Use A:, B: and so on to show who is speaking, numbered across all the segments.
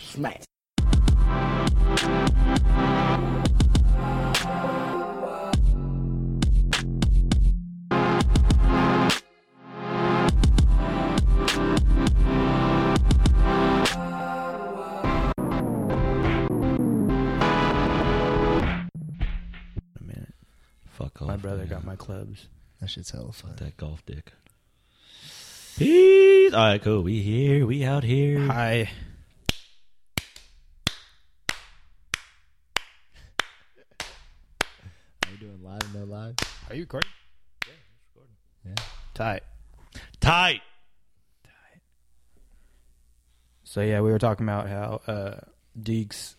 A: Smack.
B: a minute.
C: Fuck off.
B: My brother got
C: man.
B: my clubs.
D: That shit's hella fun.
C: that golf dick. Peace. All right, cool. We here. We out here.
B: Hi.
D: Are you doing live? No live?
B: Are you recording? Yeah, recording. Yeah. Tight.
C: Tight.
B: So yeah, we were talking about how uh, Deeks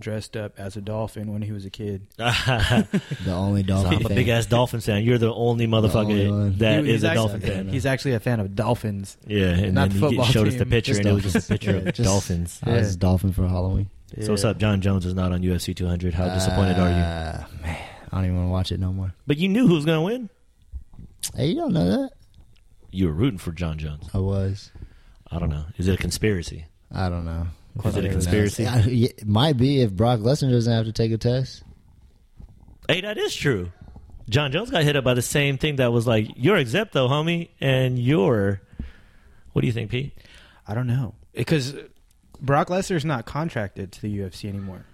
B: dressed up as a dolphin when he was a kid.
D: The only dolphin
C: I'm a
D: fan.
C: big ass dolphin fan. You're the only
D: only
C: motherfucker
D: one.
C: that
B: He- he's
C: is a
B: actually-
C: dolphin fan.
B: He's actually a fan of dolphins.
C: Yeah, and then
B: Not the
C: he
B: football
C: get- showed us the
B: team.
C: picture,
D: Just
C: and it was just a
D: dolphins.
C: picture of
D: Yeah, just-
C: dolphins.
D: I was a dolphin for Halloween.
C: So what's up? John Jones is not on UFC 200. How disappointed are
B: Ah.
C: you?
D: Uh, man, I don't even want to watch it no more.
C: But you knew who was gonna win.
D: Hey, you don't know that?
C: You were rooting for John Jones.
D: I was.
C: I don't know. Is it a conspiracy?
D: I don't know.
C: Is it a
D: Fucking
C: conspiracy?
D: knows. I- It might be if Brock Lesnar doesn't have to take a test.
C: Hey, that is true. John Jones got hit up by the same thing that was like, "You're exempt, though, homie," and you're. What do you think, Pete?
B: I don't know because Brock Lesnar's not contracted to the UFC anymore.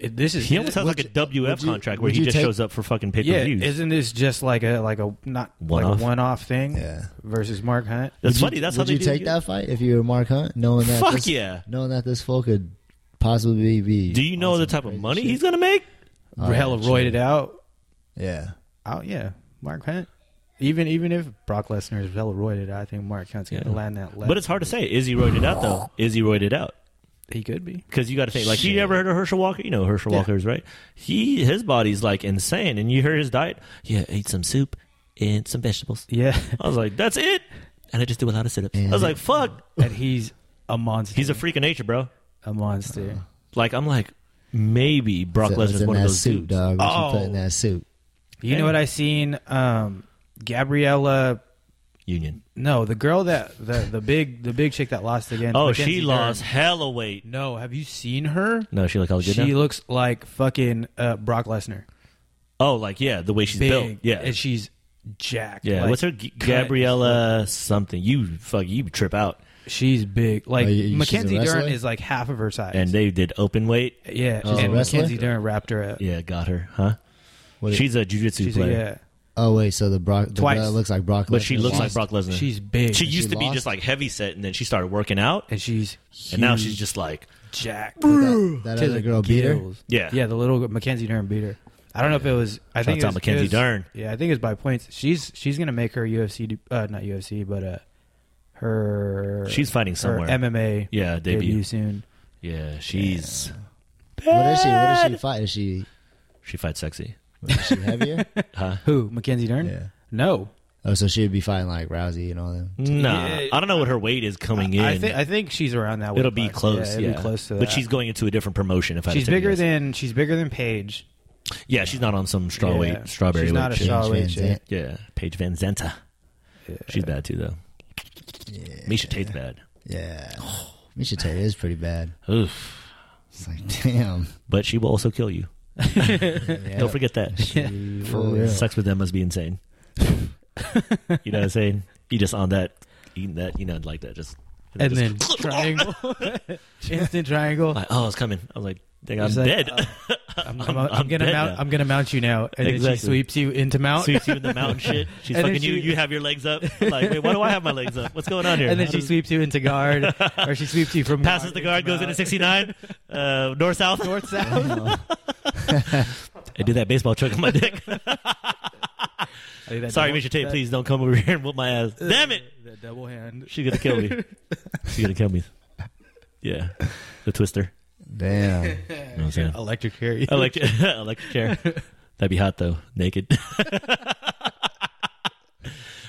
B: It, this is
C: He almost has
D: Would
C: like a
D: you-
C: WF
D: would you-
C: contract where
D: would
C: he
D: you
C: just
D: take-
C: shows up for fucking pay
B: yeah.
C: per views.
B: Isn't this just like a like a not like
C: One-off?
B: a one off thing?
D: Yeah.
B: Versus Mark Hunt.
C: That's
D: Would you-
C: funny. That's how
D: would
C: they
D: you
C: do
D: take
C: it.
D: that fight if you were Mark Hunt, knowing that
C: Fuck
D: this,
C: yeah.
D: knowing that this fool could possibly be.
C: Do you know
D: on
C: the
D: some
C: type of
D: crazy
C: money
D: shit?
C: he's gonna make?
D: Oh,
B: hella
D: yeah,
B: roided out.
D: Yeah,
B: Oh yeah, Mark Hunt. Even even if Brock Lesnar is hella roided, I think Mark Hunt's gonna
C: Yeah.
B: land that. Left.
C: But it's hard to say. Is he roided out though? Is he roided out?
B: He could be.
C: Because you got to think, like, you
D: Shit.
C: ever heard of Herschel Walker? You know who Herschel
B: Yeah.
C: Walker's right. He his body's like insane, and you heard his diet. Yeah, ate some soup and some vegetables.
B: Yeah,
C: I was like, that's it. And I just do a lot of sit-ups. I
D: And-
C: was like, fuck.
B: and he's a monster.
C: He's a Uh-huh. freak of nature, bro.
B: a monster.
C: Like I'm like, maybe Brock
D: What's
C: Lesnar's
D: in
C: one of
D: that
C: those
D: suit, uh,
C: dudes.
D: dog. What
B: Oh.
D: you put in that suit?
B: You know what I seen? Um, Gabriella.
C: Union.
B: No, the girl that the the big the big chick that lost again.
C: Oh,
B: Mackenzie
C: she
B: Dern.
C: lost hella weight.
B: No, have you seen her?
C: No, she look all good
B: she
C: now.
B: looks like fucking uh, Brock Lesnar.
C: oh, like yeah, the way she's
B: Big,
C: built. Yeah,
B: and she's jacked.
C: yeah.
B: like,
C: What's her G-
B: cut.
C: Gabriella something? You fuck, you trip out.
B: She's big. Like
D: Oh, you- she's a
B: Mackenzie
D: wrestler?
B: Dern is like half of her size.
C: And they did open weight.
B: yeah,
D: Oh,
B: and
D: wrestler?
B: Mackenzie Dern wrapped her up.
C: Yeah, got her, huh?
D: What
C: she's a jujitsu
B: She's
C: player,
B: a,
D: Oh wait, so the Brock the
B: Twice.
D: girl that looks like Brock,
C: but she
D: Lesnar
C: looks like
D: lost.
C: Brock
B: yeah,
C: Lesnar.
B: she's big.
C: she used
D: she
C: to be
D: lost?
C: just like heavy set, and then she started working out,
B: and she's
C: and now
B: huge
C: she's just like,
B: jacked.
D: That, that
B: to
D: other
B: the
D: girl beat her.
B: gills.
C: Yeah.
B: yeah. The little girl- Mackenzie Dern beat her. I don't know if it was. I think
C: Shouts out
B: it was,
C: Mackenzie
B: it was-
C: Dern.
B: Yeah, I think it's by points. She's she's gonna make her UFC, de- uh, not UFC, but uh, her
C: She's fighting
B: her
C: somewhere.
B: MMA.
C: yeah,
B: debut.
C: debut.
B: soon.
C: Yeah, she's
D: What is she? What does she fight? Is she
C: she fights sexy.
D: is she heavier?
C: Huh?
B: Who Mackenzie Dern?
D: yeah.
B: No,
D: Oh, so she would be fighting like Rousey and all them.
C: Nah,
B: Yeah.
C: I don't know what her weight is coming in.
B: I think I think she's around that. weight
C: it'll be
B: class.
C: close.
B: Yeah,
C: Yeah,
B: it'll be close to that.
C: But she's going into a different promotion. If I had
B: she's
C: to take a
B: bigger
C: guess.
B: than she's bigger than Paige.
C: yeah, she's not on some straw
B: Yeah.
C: weight, strawberry
B: She's
C: weight.
B: not a
C: shit.
B: straw
D: Paige
B: weight
D: Van
B: chick.
C: yeah, Paige Van Zenta. She's bad too, though. Misha Tate's bad.
D: Yeah. Misha Tate is pretty bad.
C: Oof.
D: It's like, damn.
C: But she will also kill you.
D: Yeah.
C: Don't forget that.
D: She will.
C: Sex with them must be insane. you know what I'm saying? You just on that, eating that, you know, like that, just
B: And
C: just-
B: then triangle, instant triangle.
C: like, oh, it's coming. I was like, dang, I'm
B: She's like,
C: dead.
B: uh, I'm, I'm,
C: I'm-
B: I'm
C: I'm
B: gonna
C: dead
B: mount.
C: now.
B: I'm gonna mount you now, and then she
C: Exactly.
B: sweeps you into mount.
C: Sweeps you in the mountain shit. She's
B: And then
C: fucking you.
B: she-
C: You have your legs up. Like, wait, why do I have my legs up? What's going on here?
B: and then
C: How
B: she
C: does-
B: sweeps you into guard, or she sweeps you from
C: passes the guard, goes into 69, uh, north south.
B: north south.
C: I did that baseball trick on my dick.
B: I did that
C: Sorry,
B: double-
C: Misha Tate,
B: that-
C: please don't come over here and whoop my ass.
B: uh,
C: Damn it!
B: That double hand.
C: She's gonna kill me. She's gonna kill me. Yeah, the twister.
D: Damn.
C: You know what I'm saying?
B: Electric Harry.
C: Electric, electric chair. That'd be hot though, naked.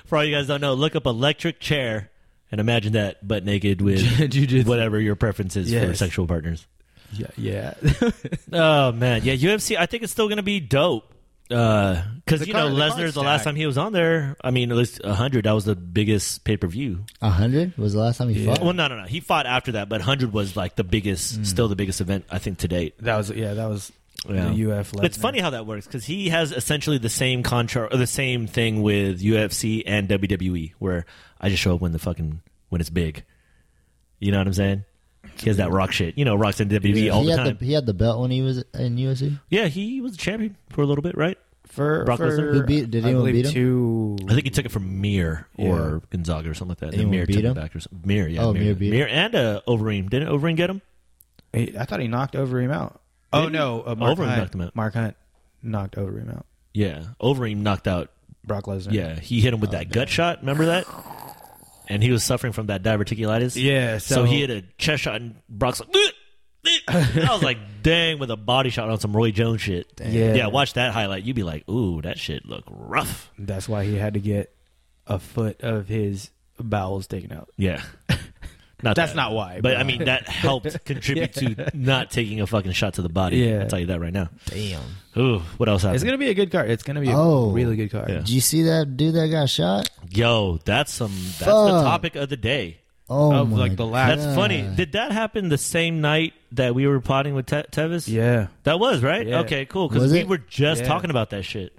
C: For all you guys don't know, look up electric chair and imagine that butt naked with
B: Jiu-jitsu.
C: whatever your preference is for
B: Yes.
C: sexual partners.
B: Yeah, yeah.
C: Oh man, yeah, UFC. I think it's still gonna be dope. Because
B: The
C: you
B: card-
C: know
B: the
C: Lesnar, the
B: card's
C: last time
B: stacked.
C: he was on there, I mean at least hundred. That was the biggest pay per view.
D: A hundred was the last time he
B: Yeah.
D: fought.
C: Well, no, no, no. He fought after that, but hundred was like the biggest, still the biggest event I think to date.
B: that was yeah. That was
C: Yeah.
B: the UF.
C: It's funny how that works because he has essentially the same contract, or the same thing with UFC and WWE, where I just show up when the fucking when it's big. You know what I'm saying? He has that rock shit. You know, rocks in WWE all
D: he
C: the
D: had
C: time.
D: the he had the belt when he was in UFC.
C: yeah, he was a champion for a little bit, right?
B: for
C: Brock
B: for,
C: Lesnar?
D: Who beat- did
B: I
D: anyone
B: believe
D: beat
B: Two.
D: him?
C: I think he took it from Mir or Gonzaga or something like that. And then
D: Anyone
C: Mir
D: beat
C: took
D: him?
C: it back or something. Mir, yeah,
D: Oh,
C: Mir,
D: Mir beat him.
C: Mir and uh, Overeem. Didn't Overeem get him?
B: He- I thought he knocked Overeem out. Oh
C: Didn't he?
B: no, uh, Mark
C: Overeem
B: Hunt
C: knocked him out.
B: Mark Hunt knocked Overeem out.
C: Yeah, Overeem knocked out
B: Brock Lesnar.
C: Yeah, he hit him
D: Oh,
C: with that gut shot. Remember that? And he was suffering from that diverticulitis.
B: Yeah,
C: So,
B: so-
C: he hit a chest shot, and Brock's like, "Ugh, ugh." I was like, dang, with a body shot on some Roy Jones shit.
B: Yeah.
C: Yeah, watch that highlight. You'd be like, ooh, that shit look rough.
B: That's why he had to get a foot of his bowels taken out.
C: Yeah. Not
B: That's
C: that.
B: not why,
C: But
B: but-
C: I mean, that helped contribute to not taking a fucking shot to the body.
B: Yeah.
C: I'll tell you that right now.
D: Damn.
C: Ooh, what else happened?
B: It's gonna be a good card. It's gonna be a
D: Oh.
B: really good card.
C: Yeah.
D: Did you see that dude that got shot?
C: Yo, that's some. That's the
D: Fuck.
C: topic of the day.
D: Oh
B: Of,
D: my
B: like, the last-
C: That's
D: God.
C: funny. Did that happen the same night that we were plotting with Te- Tevis?
B: Yeah.
C: That was right.
B: Yeah.
C: Okay, cool. Because
D: Was
C: we
D: it?
C: were just
B: Yeah.
C: talking about that shit,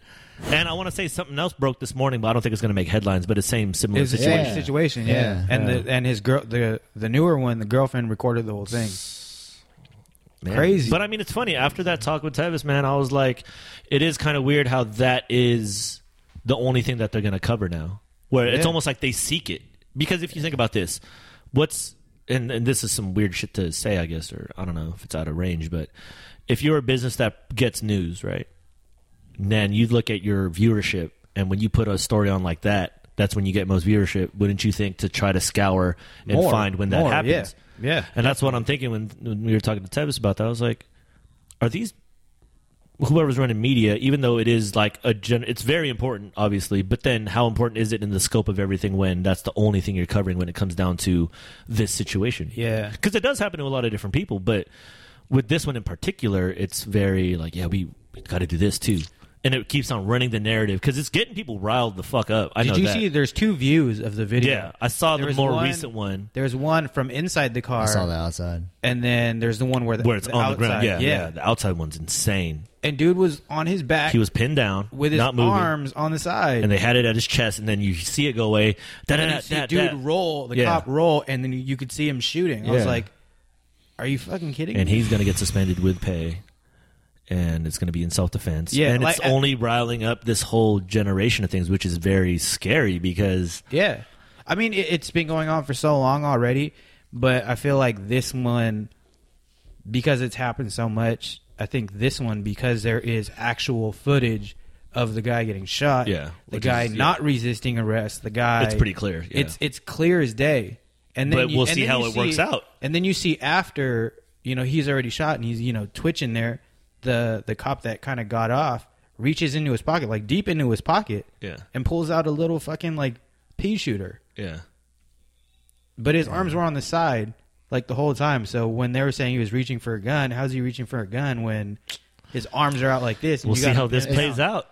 C: and I want to say something else broke this morning, but I don't think it's going to make headlines. But it's same similar
B: It's the
C: situation.
B: same situation, yeah.
D: Yeah.
B: And
C: Yeah.
B: the and his girl the the newer one, the girlfriend recorded the whole thing.
C: Man.
B: Crazy.
C: But I mean, it's funny. After that talk with Tevis, man, I was like, it is kind of weird how that is the only thing that they're going to cover now. Where it's
B: Yeah.
C: almost like they seek it. Because if you think about this, what's, and, and this is some weird shit to say, I guess, or I don't know if it's out of range, but if you're a business that gets news, right? Then you look at your viewership, and when you put a story on like that, that's when you get most viewership. Wouldn't you think to try to scour and
B: More,
C: find when that
B: more,
C: happens?
B: Yeah. yeah.
C: And that's what I'm thinking when, when we were talking to Tevis about that. I was like, are these whoever's running media, even though it is like a gen, it's very important, obviously, but then how important is it in the scope of everything when that's the only thing you're covering when it comes down to this situation?
B: Yeah.
C: Because it does happen to a lot of different people, but with this one in particular, it's very like, yeah, we, we got to do this too. And it keeps on running the narrative because it's getting people riled the fuck up. I know
B: Did you
C: that.
B: see there's two views of the video?
C: Yeah, I saw
B: There
C: the
B: was
C: more recent one.
B: There's one from inside the car.
D: I saw that outside.
B: And then there's the one where the,
C: where it's
B: the
C: on
B: outside.
C: the ground? Yeah,
B: yeah,
C: yeah, The outside one's insane.
B: And dude was on his back
C: He was pinned down,
B: with his
C: not moving.
B: arms on the side.
C: and they had it at his chest, and then you see it go away. Da, da,
B: And
C: da,
B: you see
C: da,
B: dude
C: da.
B: roll, the
C: Yeah.
B: cop roll, and then you could see him shooting. I was
C: Yeah.
B: like, "Are you fucking kidding?"
C: and
B: me?
C: he's gonna get suspended with pay, and it's gonna be in self defense.
B: Yeah,
C: and it's
B: like, I-
C: only riling up this whole generation of things, which is very scary because
B: yeah, I mean, it, it's been going on for so long already, but I feel like this one, because it's happened so much, I think this one because there is actual footage of the guy getting shot,
C: Yeah,
B: the
C: which
B: guy
C: is- yeah.
B: not resisting arrest, the guy.
C: It's pretty clear, yeah.
B: It's it's clear as day. And then
C: But
B: you-
C: we'll
B: and
C: see
B: then
C: how
B: you
C: it works out.
B: And then you see after, you know, he's already shot and he's, you know, twitching there. The the cop that kind of got off reaches into his pocket, like deep into his pocket,
C: Yeah.
B: and pulls out a little fucking like pea shooter.
C: yeah,
B: But his arms were on the side like the whole time. So when they were saying he was reaching for a gun, how's he reaching for a gun when his arms are out like this? and
C: we'll
B: you
C: see
B: got
C: how
B: him
C: this
B: pinned
C: plays
B: down?
C: out.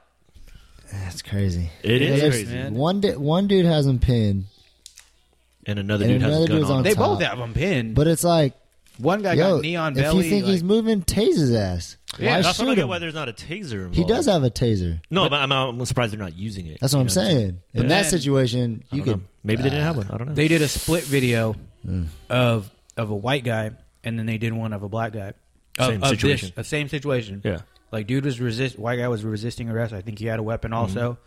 D: That's crazy.
C: It is
D: There's-
C: crazy,
B: man.
D: One di- one dude has him pinned,
C: and another
D: And
C: dude has
D: another
C: a gun
D: dude's
C: on.
D: on
C: him.
B: They
D: top.
B: both have him pinned. But
D: but it's like,
B: one guy
D: yo,
B: got neon
D: if
B: belly.
D: you think
B: like-
D: he's moving, tase his ass.
B: Yeah,
D: Why
B: I
C: That's
D: shoot
C: what I get
D: him?
C: why there's not a taser. Involved.
D: He does have a taser.
C: No, but I'm, I'm surprised they're not using it.
D: That's
C: You
D: what I'm
C: know
D: saying. In
B: But
D: that
B: then-
D: situation, you
C: I don't
D: could
C: know. Maybe they didn't have one. I don't know.
B: They did a split video
C: Mm.
B: of of a white guy, and then they did one of a black guy. Of-
C: Same
B: of
C: situation.
B: This, a same situation.
C: Yeah.
B: Like dude was resist. White guy was resisting arrest. I think he had a weapon
C: Mm-hmm.
B: also,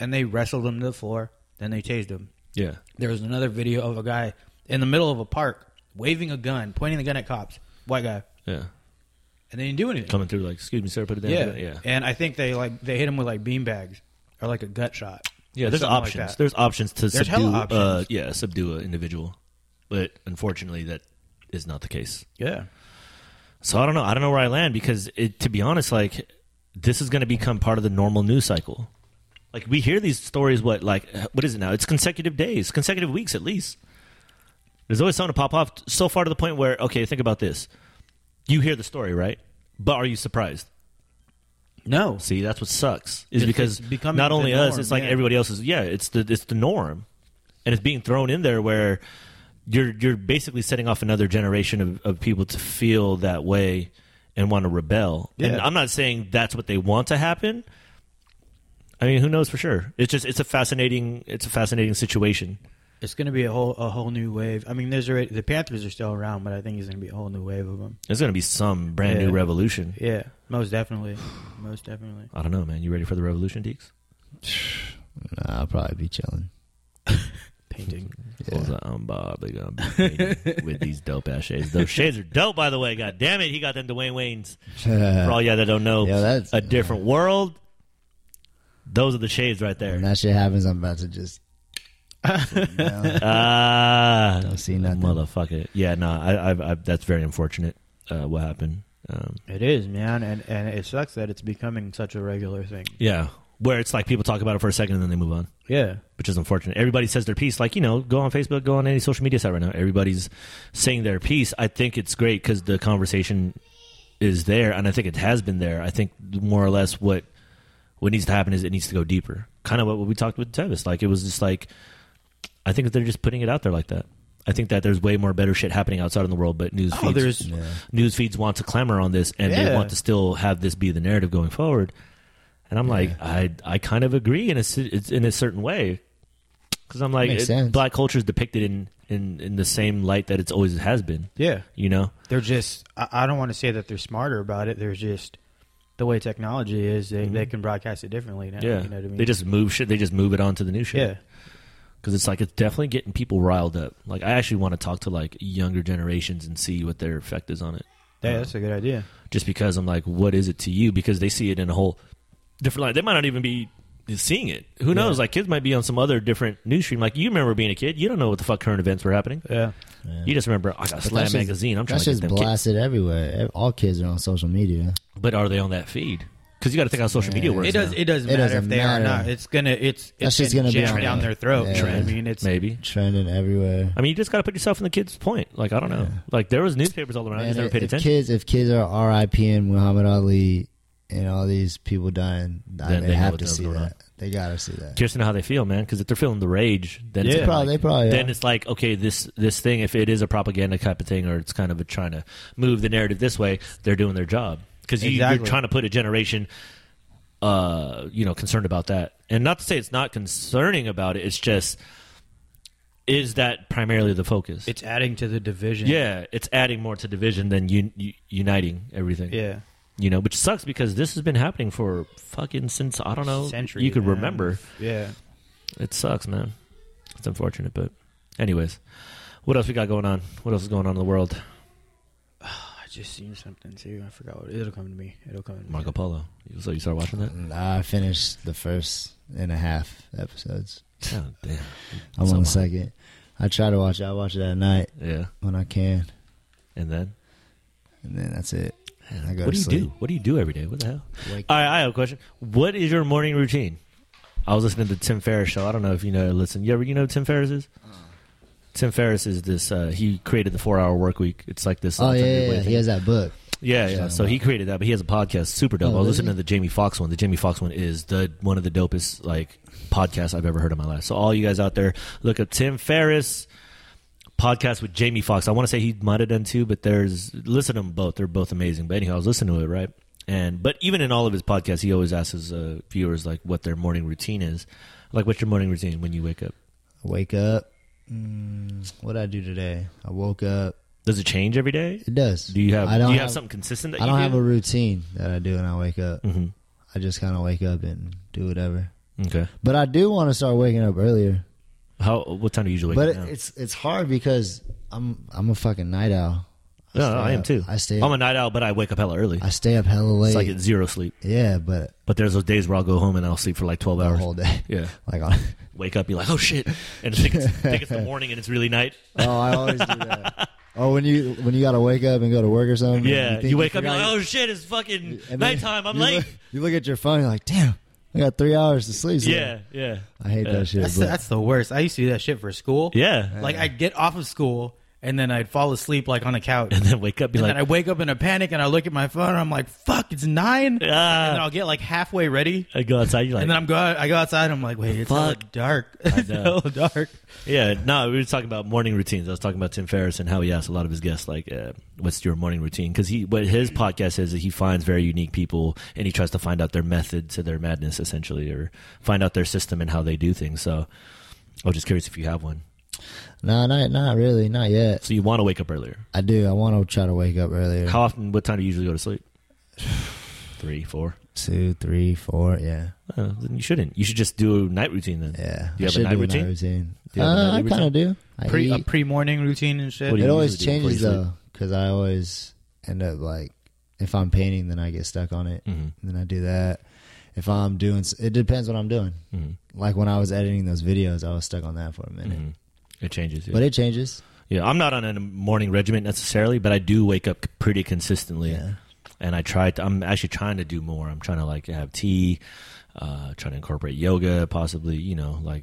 B: and they wrestled him to the floor. Then they tased him.
C: yeah.
B: There was another video of a guy in the middle of a park waving a gun, pointing the gun at cops. White guy,
C: Yeah.
B: and they didn't do anything.
C: Coming through like, excuse me, sir, put it down.
B: Yeah,
C: Yeah.
B: And I think they like they hit him with like beanbags or like a gut shot.
C: Yeah,
B: or
C: there's
B: something like
C: options.
B: that.
C: there's options to
B: There's hella
C: subdue. Uh,
B: options.
C: yeah, subdue an individual, but unfortunately, that is not the case.
B: yeah.
C: So I don't know. I don't know where I land because, it, to be honest, like this is going to become part of the normal news cycle. Like we hear these stories. What like what is it now? It's consecutive days, consecutive weeks at least. There's always something to pop off. So far to the point where okay, think about this. You hear the story, right? But are you surprised?
B: No.
C: See, that's what sucks. Is
B: It's-
C: because
B: it's becoming
C: not
B: the
C: only us,
B: norm,
C: it's like
B: yeah.
C: everybody else is. Yeah, it's the it's the norm, and it's being thrown in there where you're you're basically setting off another generation of, of people to feel that way and want to rebel. And
B: Yeah.
C: I'm not saying that's what they want to happen. I mean, who knows for sure? It's just it's a fascinating it's a fascinating situation.
B: It's going to be a whole a whole new wave. I mean, there's already the Panthers are still around, but I think it's going to be a whole new wave of them.
C: There's going to be some brand
B: Yeah.
C: new revolution.
B: Yeah, most definitely, most definitely.
C: I don't know, man. You ready for the revolution, Deeks?
D: Nah, I'll probably be chilling.
B: Painting.
D: Yeah.
C: Was like, I'm Bob. They gonna be painting with these dope ass shades. Those shades are dope, by the way. God damn it, he got them Dwayne Wayne's. For all y'all that don't know,
D: Uh, Yeah, that's-
C: a different world. Those are the shades right
D: when
C: there.
D: that shit happens, I'm about to just. sit down.
C: Ah,
D: Don't see nothing.
C: motherfucker. Yeah, no, I, I, I, that's very unfortunate. Uh, what happened? Um,
B: It is, man, and and it sucks that it's becoming such a regular thing.
C: yeah, where it's like people talk about it for a second and then they move on.
B: Yeah,
C: which is unfortunate. Everybody says their piece. Like, you know, go on Facebook, go on any social media site right now. Everybody's saying their piece. I think it's great because the conversation is there, and I think it has been there. I think more or less what what needs to happen is it needs to go deeper. Kind of what we talked with Tevis. Like, it was just like, I think that they're just putting it out there like that. I think that there's way more better shit happening outside in the world, but news
B: Oh,
C: feeds,
B: there's-
D: Yeah.
C: news feeds want to clamor on this, and they
B: Yeah.
C: want to still have this be the narrative going forward. And I'm like, I I kind of agree in a ci- it's in a certain way because I'm like,
D: Makes
C: it-
D: sense.
C: black culture is depicted in, in in the same light that it's always has been.
B: yeah.
C: You know,
B: They're just. I, I don't want to say that they're smarter about it. They're just the way technology is. They they can broadcast it differently now.
C: yeah.
B: you know what I mean.
C: They just move shit. They just move it on to the new shit.
B: yeah,
C: because it's like it's definitely getting people riled up. Like I actually want to talk to like younger generations and see what their effect is on it.
B: yeah. That's a good idea.
C: just because I'm like, what is it to you? Because they see it in a whole different light. They might not even be seeing it. Who knows? Like kids might be on some other different news stream. Like you remember being a kid, you don't know what the fuck current events were happening.
B: Yeah,
C: You just remember I got
D: But
C: Slam
D: that's just-
C: magazine. I'm trying
D: That's
C: to get
D: just
C: them kids.
D: blasted everywhere. Ev- All kids are on social media.
C: But are they on that feed? Because you got to think how social media
D: Yeah.
C: works.
B: it does.
C: now.
B: It doesn't
D: It
B: matter
D: doesn't
B: if they are
D: matter.
B: not. It's gonna. It's
D: That's
B: it's
D: just
B: been
D: gonna be
B: jammed
D: on
B: down
D: it.
B: their throat.
D: Yeah.
B: you know what I mean, it's
C: Maybe.
D: Trending everywhere.
C: I mean, you just got to put yourself in the kid's point. Like I don't know. Like there was newspapers all around. I
D: Man,
C: just never
D: if-
C: paid
D: if
C: attention.
D: kids, if kids are R.I.P. and Muhammad Ali and all these people dying, I-
C: Then
D: they,
C: they know
D: have
C: what
D: to
C: the hell's
D: see
C: going on.
D: that. They gotta see that.
C: Curious to know how they feel, man. Because if they're feeling the rage, then it's
B: Yeah.
D: They probably,
C: like-
D: they probably
C: then
D: are.
C: it's like okay this this thing if it is a propaganda type of thing or it's kind of a trying to move the narrative this way they're doing their job because you, you're
B: Exactly.
C: trying to put a generation uh you know concerned about that and not to say it's not concerning about it it's just is that primarily the focus
B: it's adding to the division.
C: yeah it's adding more to division than un, u- uniting everything
B: yeah.
C: you know which sucks because this has been happening for fucking since i don't know
B: Century,
C: you could
B: man.
C: remember
B: Yeah.
C: it sucks, man. It's unfortunate, but anyways, what else we got going on? What else is going on in the world?
B: I just seen something too. I forgot what it'll come to me. It'll come to me.
C: Marco Polo. So you started
D: uh,
C: watching that?
D: I finished the first and a half episodes.
C: Oh, damn.
D: I'm
C: So
D: on
C: am I.
D: the second. I try to watch it. I watch it at night
C: Yeah.
D: when I can,
C: And then,
D: and then that's it. I go
C: what do
D: to
C: you
D: sleep.
C: do? What do you do every day? What the hell?
D: Wake-
C: All right, I have a question. What is your morning routine? I was listening to Tim Ferriss show. I don't know if you know. Listen, you ever you know who Tim Ferriss is?
D: Uh-uh.
C: Tim Ferriss is this. Uh, he created the Four Hour Work Week. It's like this.
D: Oh yeah,
C: alternative
D: yeah,
C: way
D: yeah.
C: of
D: he has that book.
C: Yeah,
D: Shout
C: yeah.
D: out
C: So
D: Mark.
C: he created that, but he has a podcast, super dope. I
D: Oh,
C: was
D: really?
C: listening to the Jamie Foxx one. The Jamie Foxx one is the one of the dopest like podcasts I've ever heard in my life. So all you guys out there, look up Tim Ferriss podcast with Jamie Foxx. I want to say he might have done two, but there's listen to them both. They're both amazing. But anyhow, I was listening to it right, and but even in all of his podcasts, he always asks his uh, viewers like what their morning routine is. Like, what's your morning routine when you wake up?
D: I wake up. Mm, what I do today? I woke up.
C: Does it change every day?
D: It does.
C: Do you have
D: I
C: do
D: don't
C: you have,
D: have,
C: something consistent that
D: I don't
C: you
D: have
C: do?
D: a routine that I do when I wake up.
C: Mhm.
D: I just kind of wake up and do whatever.
C: Okay.
D: But I do want to start waking up earlier.
C: How? What time do you usually wake
D: but
C: up? now?
D: it, it's it's hard because I'm I'm a fucking night owl.
C: No, no,
D: stay
C: I am
D: up.
C: too.
D: I stay
C: I'm
D: up.
C: a night owl, but I wake up hella early.
D: I stay up hella late.
C: It's like it's zero sleep.
D: yeah, but
C: But there's those days where I'll go home and I'll sleep for like 12
D: the
C: hours.
D: whole day.
C: Yeah.
D: Like on.
C: Wake up, be like, oh shit. And think it's, think it's the morning and it's really night.
D: Oh, I always do that. Oh, when you when you gotta wake up and go to work or something.
C: Yeah. You,
D: think
C: wake up, you're like,
D: forgot-
C: oh shit, it's fucking
D: and then
C: nighttime. I'm
D: you
C: late.
D: Look, you look at your phone. You're like, damn, I got three hours to sleep. today."
C: yeah. Yeah.
D: I hate
C: Yeah.
D: that shit.
B: That's,
D: but
B: that's the worst. I used to do that shit for school.
C: Yeah.
B: Like I'd get off of school and then I'd fall asleep like on a couch.
C: and then wake up, be like,
B: And then I wake up in a panic and I look at my phone and I'm like, fuck, it's nine.
C: Ah.
B: And then I'll get like halfway ready.
C: I go outside. You're like,
B: and then I'm go I go outside and I'm like, wait, it's hella
C: Fuck.
B: dark. It's
C: know.
B: hella dark.
C: yeah, no, we were talking about morning routines. I was talking about Tim Ferriss and how he asked a lot of his guests, like, uh, what's your morning routine? Because he, what his podcast is, that he finds very unique people and he tries to find out their method to their madness, essentially, or find out their system and how they do things. So I was just curious if you have one.
D: no, not not really, not yet.
C: So you want to wake up earlier.
D: I do. I want to try to wake up earlier.
C: How often, what time do you usually go to sleep? Three, four.
D: Two, three, four. Yeah,
C: Oh, then you shouldn't. You should just do a night routine then.
D: yeah.
C: Do you have a
D: I should
C: night
D: do
C: routine?
D: Night routine.
C: Do you have a
D: Uh,
C: night
D: I
C: routine?
D: kind of do. I
B: Pre a
D: eat.
B: pre morning routine and shit.
C: What do you
D: it always
C: usually do before
D: changes
C: you
D: though, because I always end up like if I'm painting, then I get stuck on it,
C: Mhm.
D: and then I do that. If I'm doing, s- it depends what I'm doing.
C: Mhm.
D: Like when I was editing those videos, I was stuck on that for a minute,
C: Mhm. It changes. Yeah.
D: but it changes.
C: yeah, I'm not on a morning regimen necessarily, but I do wake up pretty consistently.
D: Yeah,
C: and I try to. I'm actually trying to do more. I'm trying to like have tea, uh, trying to incorporate yoga, possibly. You know, like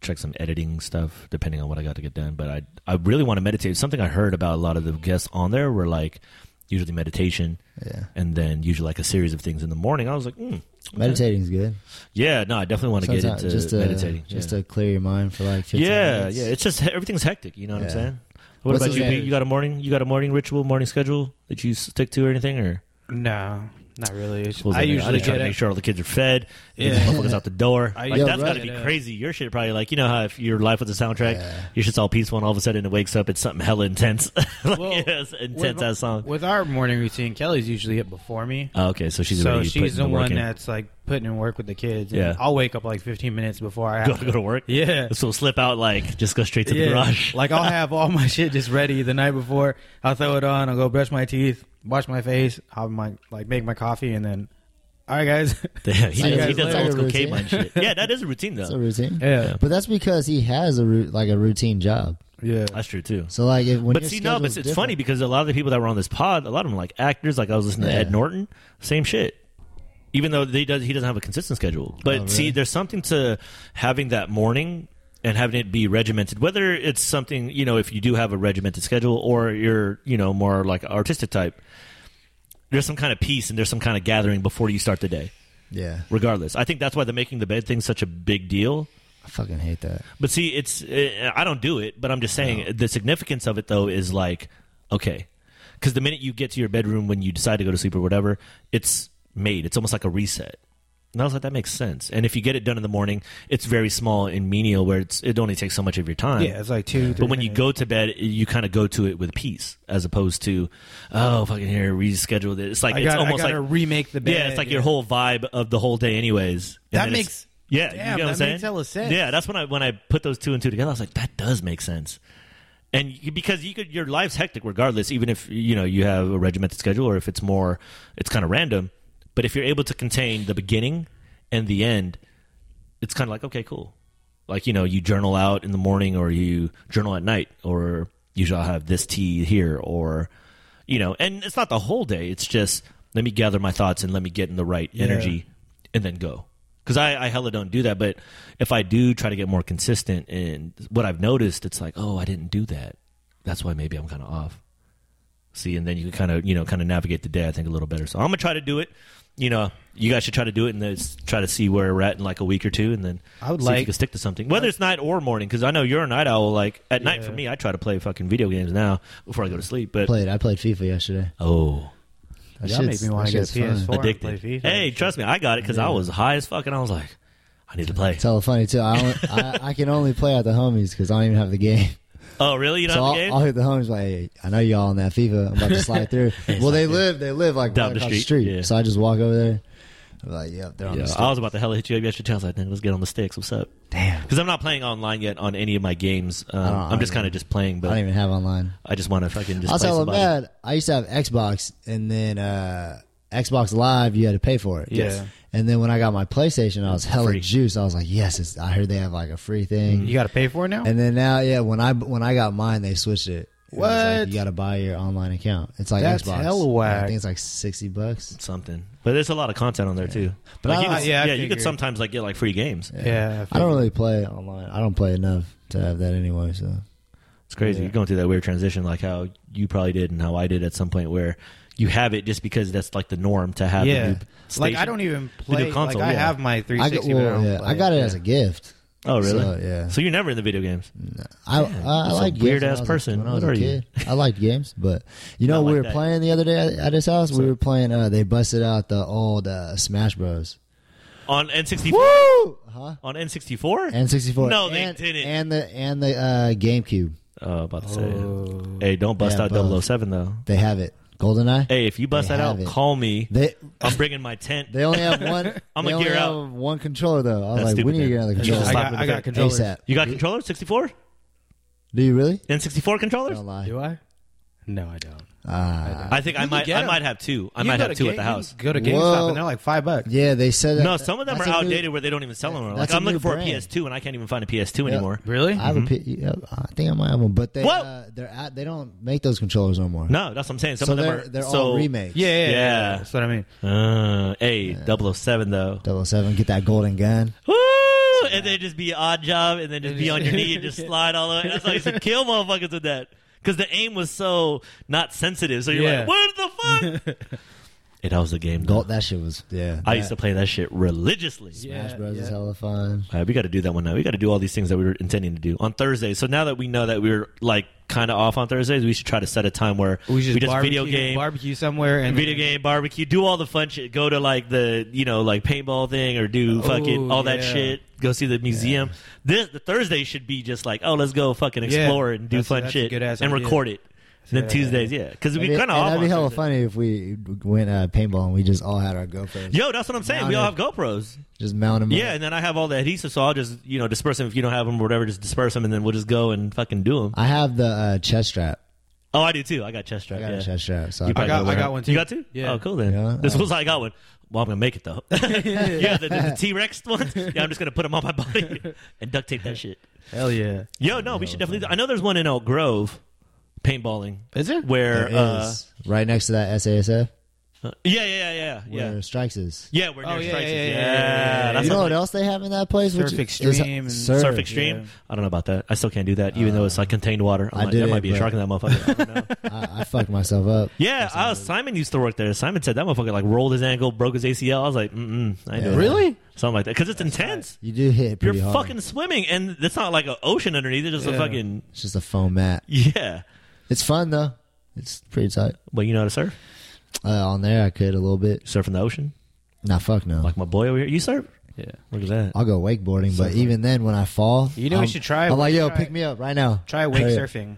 C: check some editing stuff depending on what I got to get done. But I I really want to meditate. Something I heard about a lot of the guests on there were like usually meditation
D: yeah.
C: and then usually like a series of things in the morning. I was like, mm, okay.
D: Meditating's good.
C: Yeah, no, I definitely want to get
D: Sometimes
C: into
D: just to,
C: meditating.
D: just
C: yeah.
D: to clear your mind for like 15
C: yeah,
D: minutes.
C: yeah. It's just he- everything's hectic. You know what I'm
D: Yeah.
C: saying? What
D: What's
C: about
D: the
C: you? Pete?
D: standard?
C: You got a morning? You got a morning ritual, morning schedule that you stick to or anything, or?
B: No, not really. It's-
C: Well,
B: I
C: then,
B: usually
C: just try
B: get
C: to make
B: it.
C: sure all the kids are fed. Yeah,
B: Yeah.
C: motherfuckers out the door.
B: I-
C: like
D: Yeah,
C: that's
D: right.
C: got to be crazy. Your shit probably like you know how if your life was a soundtrack,
D: Yeah.
C: your shit's all peaceful and all of a sudden it wakes up. It's something hella intense. like,
B: Well,
C: yeah, it's an intense ass song.
B: With our morning routine, Kelly's usually up before me.
C: Oh, okay, so she's
B: so
C: already
B: she's
C: putting
B: the,
C: the work
B: one
C: in.
B: that's like putting in work with the kids. And
C: Yeah.
B: I'll wake up like 15 minutes before I
C: go,
B: have
C: go to work.
B: Yeah.
C: so we'll slip out like just go straight to the garage.
B: like I'll have all my shit just ready the night before. I'll throw it on. I'll go brush my teeth, wash my face, have my like make my coffee, and then all right, guys.
C: Damn, he
D: See you
C: does, he
D: guys
C: does
D: later,
C: old school
D: routine.
C: caveman shit. Yeah, that is a routine
D: It's a
C: though.
D: routine.
B: yeah,
D: But that's because he has a ru- like a routine job.
B: yeah.
C: That's true too.
D: So like if, when
C: But
D: your
C: see, no, but
D: schedule's
C: it's, it's funny
D: different-
C: because a lot of the people that were on this pod, a lot of them like actors. Like I was listening to
D: Yeah.
C: Ed Norton, same shit. Even though they does, he doesn't have a consistent schedule. But
D: Oh,
C: see,
D: really?
C: there's something to having that morning and having it be regimented. Whether it's something you know, if you do have a regimented schedule, or you're you know more like artistic type, there's some kind of peace and there's some kind of gathering before you start the day.
D: yeah,
C: Regardless, I think that's why the making the bed thing's such a big deal
D: I fucking hate that.
C: but see, it's uh, I don't do it, but I'm just saying the significance of it though is like okay, because the minute you get to your bedroom when you decide to go to sleep or whatever, it's made. It's almost like a reset. And I was like, that makes sense. And if you get it done in the morning, it's very small and menial, where it's it only takes so much of your time.
B: Yeah, it's like two.
C: But when you go to bed, you kind of go to it with peace, as opposed to, oh fucking here, reschedule it. It's like
B: I
C: it's
B: got, I
C: almost
B: gotta
C: like
B: remake the bed.
C: yeah, it's like your whole vibe of the whole day, anyways. And
B: That
C: then it's-
B: makes-
C: yeah, you
B: damn,
C: know what I'm
B: that
C: saying?
B: makes hella sense.
C: Yeah, that's when I when I put those two and two together, I was like, that does make sense. And you, because you could, your life's hectic regardless, even if you know you have a regimented schedule or if it's more, it's kind of random. But if you're able to contain the beginning and the end, it's kind of like okay, cool. Like you know, you journal out in the morning or you journal at night, or you shall have this tea here, or you know. And it's not the whole day; it's just let me gather my thoughts and let me get in the right energy, and then go. Because I, I hella don't do that, but if I do try to get more consistent, and what I've noticed, it's like, oh, I didn't do that. That's why maybe I'm kind of off. See, and then you can kind of you know kind of navigate the day I think a little better. So I'm gonna try to do it. You know, you guys should try to do it and then s- try to see where we're at in like a week or two, and then
B: I would
C: see if you
B: like-
C: can stick to something, whether it's night or morning. Because I know you're a night owl. Like at night for
B: Yeah.
C: me, I try to play fucking video games now before I go to sleep. But
D: Played. I played FIFA yesterday.
C: oh,
D: That
B: Y'all make
D: shit's-
B: me want
D: that
B: to get a
D: shit's fun.
B: PS4 and play
C: addicted.
B: FIFA.
C: Hey, trust me, I got it because I was high as fuck, and I was like, I need to play.
D: It's hella funny too. I, only, I I can only play at the homies because I don't even have the game.
C: Oh, really? You don't
D: so
C: have
D: I'll,
C: the game?
D: I'll hit the homies like, hey, I know y'all on that FIFA. I'm about to slide through. well, they live, they live like
C: Down
D: right
C: the
D: across
C: street, yeah.
D: So I just walk over there. I'm like, yep, they're on
C: Yeah,
D: the
C: I was about to hella hit you up yesterday. I was like, "Nigga, let's get on the sticks. What's up?
D: Damn.
C: Because I'm not playing online yet on any of my games. Um,
D: I
B: Ah,
D: don't-
C: I'm just kind of just playing,
D: I don't
C: but
D: even have online.
C: I just want to fucking just
D: I was
C: play
D: hella
C: somebody.
D: mad. I used to have Xbox, and then uh, Xbox Live, you had to pay for it.
B: Yeah.
D: And then when I got my PlayStation, I was hella
C: Free. Mm-hmm.
D: juiced. I was like, yes, it's, I heard they have like a free thing.
B: You got to pay for it now.
D: And then now, yeah, when I when I got mine, they switched it. It was like,
B: What?
D: you got to buy your online account. It's like
B: That's
D: Xbox.
B: hella whack.
D: I think it's like sixty bucks.
C: Something, but there's a lot of content on there too.
D: But
C: Like,
D: I-
C: you
B: I-
C: could,
B: yeah, I
C: yeah, you could
B: figured.
C: sometimes like get like free games.
B: yeah,
D: I don't really play online. I don't play enough to have that anyway. So
C: It's crazy. You're going through that weird transition, like how you probably did and how I did at some point, where you have it just because that's like the norm to have.
B: yeah.
C: The new
B: Like
C: station.
B: I don't even
C: The new
B: play.
C: console,
B: like I
C: yeah.
B: have my
D: I got
B: 360. but
D: well,
B: don't
D: yeah,
B: play
D: I got it as a gift.
C: Oh, really?
D: So, yeah. Mm.
C: So you're never in the video games.
D: I I, I
C: that's a
D: like
C: weird
D: games
C: ass
D: when I was a-
C: person.
D: When I was
C: What
D: a
C: are you?
D: kid, I liked games, but you know
C: Not
D: we
C: like
D: were
C: that.
D: playing the other day at, at his house. we were playing. Uh, they busted out the old uh, Smash Bros.
C: On N64?
D: Huh?
C: On N64?
D: And sixty four.
C: No, they
D: and,
C: didn't.
D: And the and the uh, GameCube.
C: oh, about to say.
B: Oh.
C: Hey, don't bust
D: Yeah,
C: out
D: both.
C: 007, though.
D: They have it. GoldenEye.
C: Hey, if you bust
D: They
C: that out,
D: have it.
C: call me.
D: They
C: I'm bringing my tent.
D: they only have one.
C: I'm
D: they
C: a
D: only
C: gear
D: have
C: out.
D: One controller though. I was
C: That's
D: like, we
C: stupid,
D: need to get
C: man.
D: another
C: That's just
D: controller.
B: I
C: slap
B: got,
C: it
B: I
C: in
B: got
C: the
B: controllers.
D: ASAP.
C: you got controller 64?
D: Do you really?
C: N64 controllers?
D: Don't lie.
B: Do I? No, I don't.
D: Ah.
C: I think I
B: You can
C: might
B: get
C: I
B: 'em.
C: might have two. I
B: You
C: might
B: go
C: have
B: to
C: two
B: Game-
C: at the house.
B: you Go to GameStop
D: Whoa.
B: and they're like five bucks.
D: yeah, they said that.
C: No, some of them are
D: that's a new-
C: outdated where they don't even sell them. anymore. Like
D: that's a
C: I'm
D: new
C: looking for
D: brand.
C: a PS2 and I can't even find a PS2 anymore.
B: Really?
D: I have
C: Mm-hmm.
D: a P- yeah, I think I might have one, but they
C: What?
D: uh, they're out, they don't make those controllers no more.
C: No, that's what I'm saying. Some
D: so
C: of them
D: they're
C: are
D: they're
C: so,
D: all remakes.
B: yeah, yeah, yeah,
C: Yeah.
B: That's what I mean.
C: Uh, hey, 007 though.
D: Double oh seven, get that golden gun.
C: Woo! And then just be odd job, and then just be on your knee and just slide all over. That's how you used to kill motherfuckers with that. Because the aim was so not sensitive. So you're
B: Yeah.
C: like, what the fuck? it that was the game. Though.
D: Gold, that shit was yeah.
C: I used to play that shit religiously.
D: Smash
B: Yeah,
D: Bros
B: yeah.
D: is hella fun.
C: All right, we got to do that one now. We got to do all these things that we were intending to do on Thursday. So now that we know that we were like kind of off on Thursdays, we should try to set a time where
B: We just,
C: video
B: barbecue,
C: game,
B: barbecue somewhere and
C: video game barbecue, do all the fun shit. Go to like the you know like paintball thing or do fucking
B: Oh,
C: all that
B: yeah.
C: shit. Go see the museum. This the Thursday should be just like oh let's go fucking
B: Yeah.
C: explore and do
B: That's a-
C: fun
B: that's a
C: shit
B: good-ass
C: and
B: idea.
C: record it. And then
B: Yeah.
C: Tuesdays, yeah, because we
D: That'd be-
C: kind of
D: hey,
C: off.
D: That'd be
C: on
D: hella
C: Thursday.
D: funny if we went uh, paintball and we just all had our GoPros.
C: Yo, that's what I'm saying. We all have GoPros.
D: Just mount them.
C: Yeah, and then I have all the adhesive, so I'll just you know disperse them if you don't have them or whatever. Just disperse them, and then we'll just go and fucking do them.
D: I have the uh, chest strap.
C: Oh, I do too. I got chest
D: I
C: strap.
D: got
C: yeah.
D: a chest strap. So
C: You
D: I
B: I
C: probably
B: got-
C: would've
B: I
C: wear
B: got
C: it.
B: one
C: You
B: too.
C: got two?
B: Yeah.
C: Oh, cool then.
D: Yeah,
C: this
D: uh,
C: looks like I got one. Well, I'm gonna make it though. yeah, the, the T Rex ones. Yeah, I'm just gonna put them on my body and duct tape that shit.
B: hell yeah.
C: Yo, no, we should definitely. Do, I know there's one in Elk Grove, paintballing,
B: Is there?
C: where
D: There
C: uh,
D: is, right next to that SASF
C: uh, yeah, yeah, yeah, yeah,
D: where
C: yeah,
D: strikes is.
C: yeah, where
B: Oh,
C: near
B: yeah,
C: strikes is.
B: yeah,
C: yeah,
B: yeah, yeah, yeah, yeah.
C: that's
D: you know
C: what
D: what
C: I'm like-
D: else they have in that place?
B: Surf
D: Which
B: Extreme and-
D: Is,
B: Surf
C: Surf Extreme.
B: yeah.
C: I don't know about that. I still can't do that, even though it's like contained water. I'm
D: I
C: like,
D: did
C: there
D: it,
C: might be a
D: but-
C: shark in that motherfucker. I don't know.
D: I, I fucked myself up.
C: Yeah, I was, Simon used to work there. Simon said that motherfucker like rolled his ankle, broke his ACL. I was like, mm-mm, I know.
D: Yeah.
B: Really?
C: Something like that. Because it's intense.
D: You do hit it
C: You're
D: pretty hard.
C: fucking swimming, and it's not like an ocean underneath. It's just a
B: Yeah.
C: fucking,
D: It's just a foam mat.
C: yeah.
D: It's fun though. It's pretty tight.
C: But you know how to surf?
D: Uh, on there, I could a little bit.
C: Surf in the ocean?
D: Nah, fuck no.
C: Like my boy over here. You surf?
B: Yeah.
C: Look at that.
D: I'll go wakeboarding, but even then, when I fall,
B: You know, we
D: I'm,
B: should try-
D: I'm
B: we
D: like,
B: should
D: yo,
B: try-
D: pick me up right now.
B: Try wake
D: Hurry up.
B: surfing.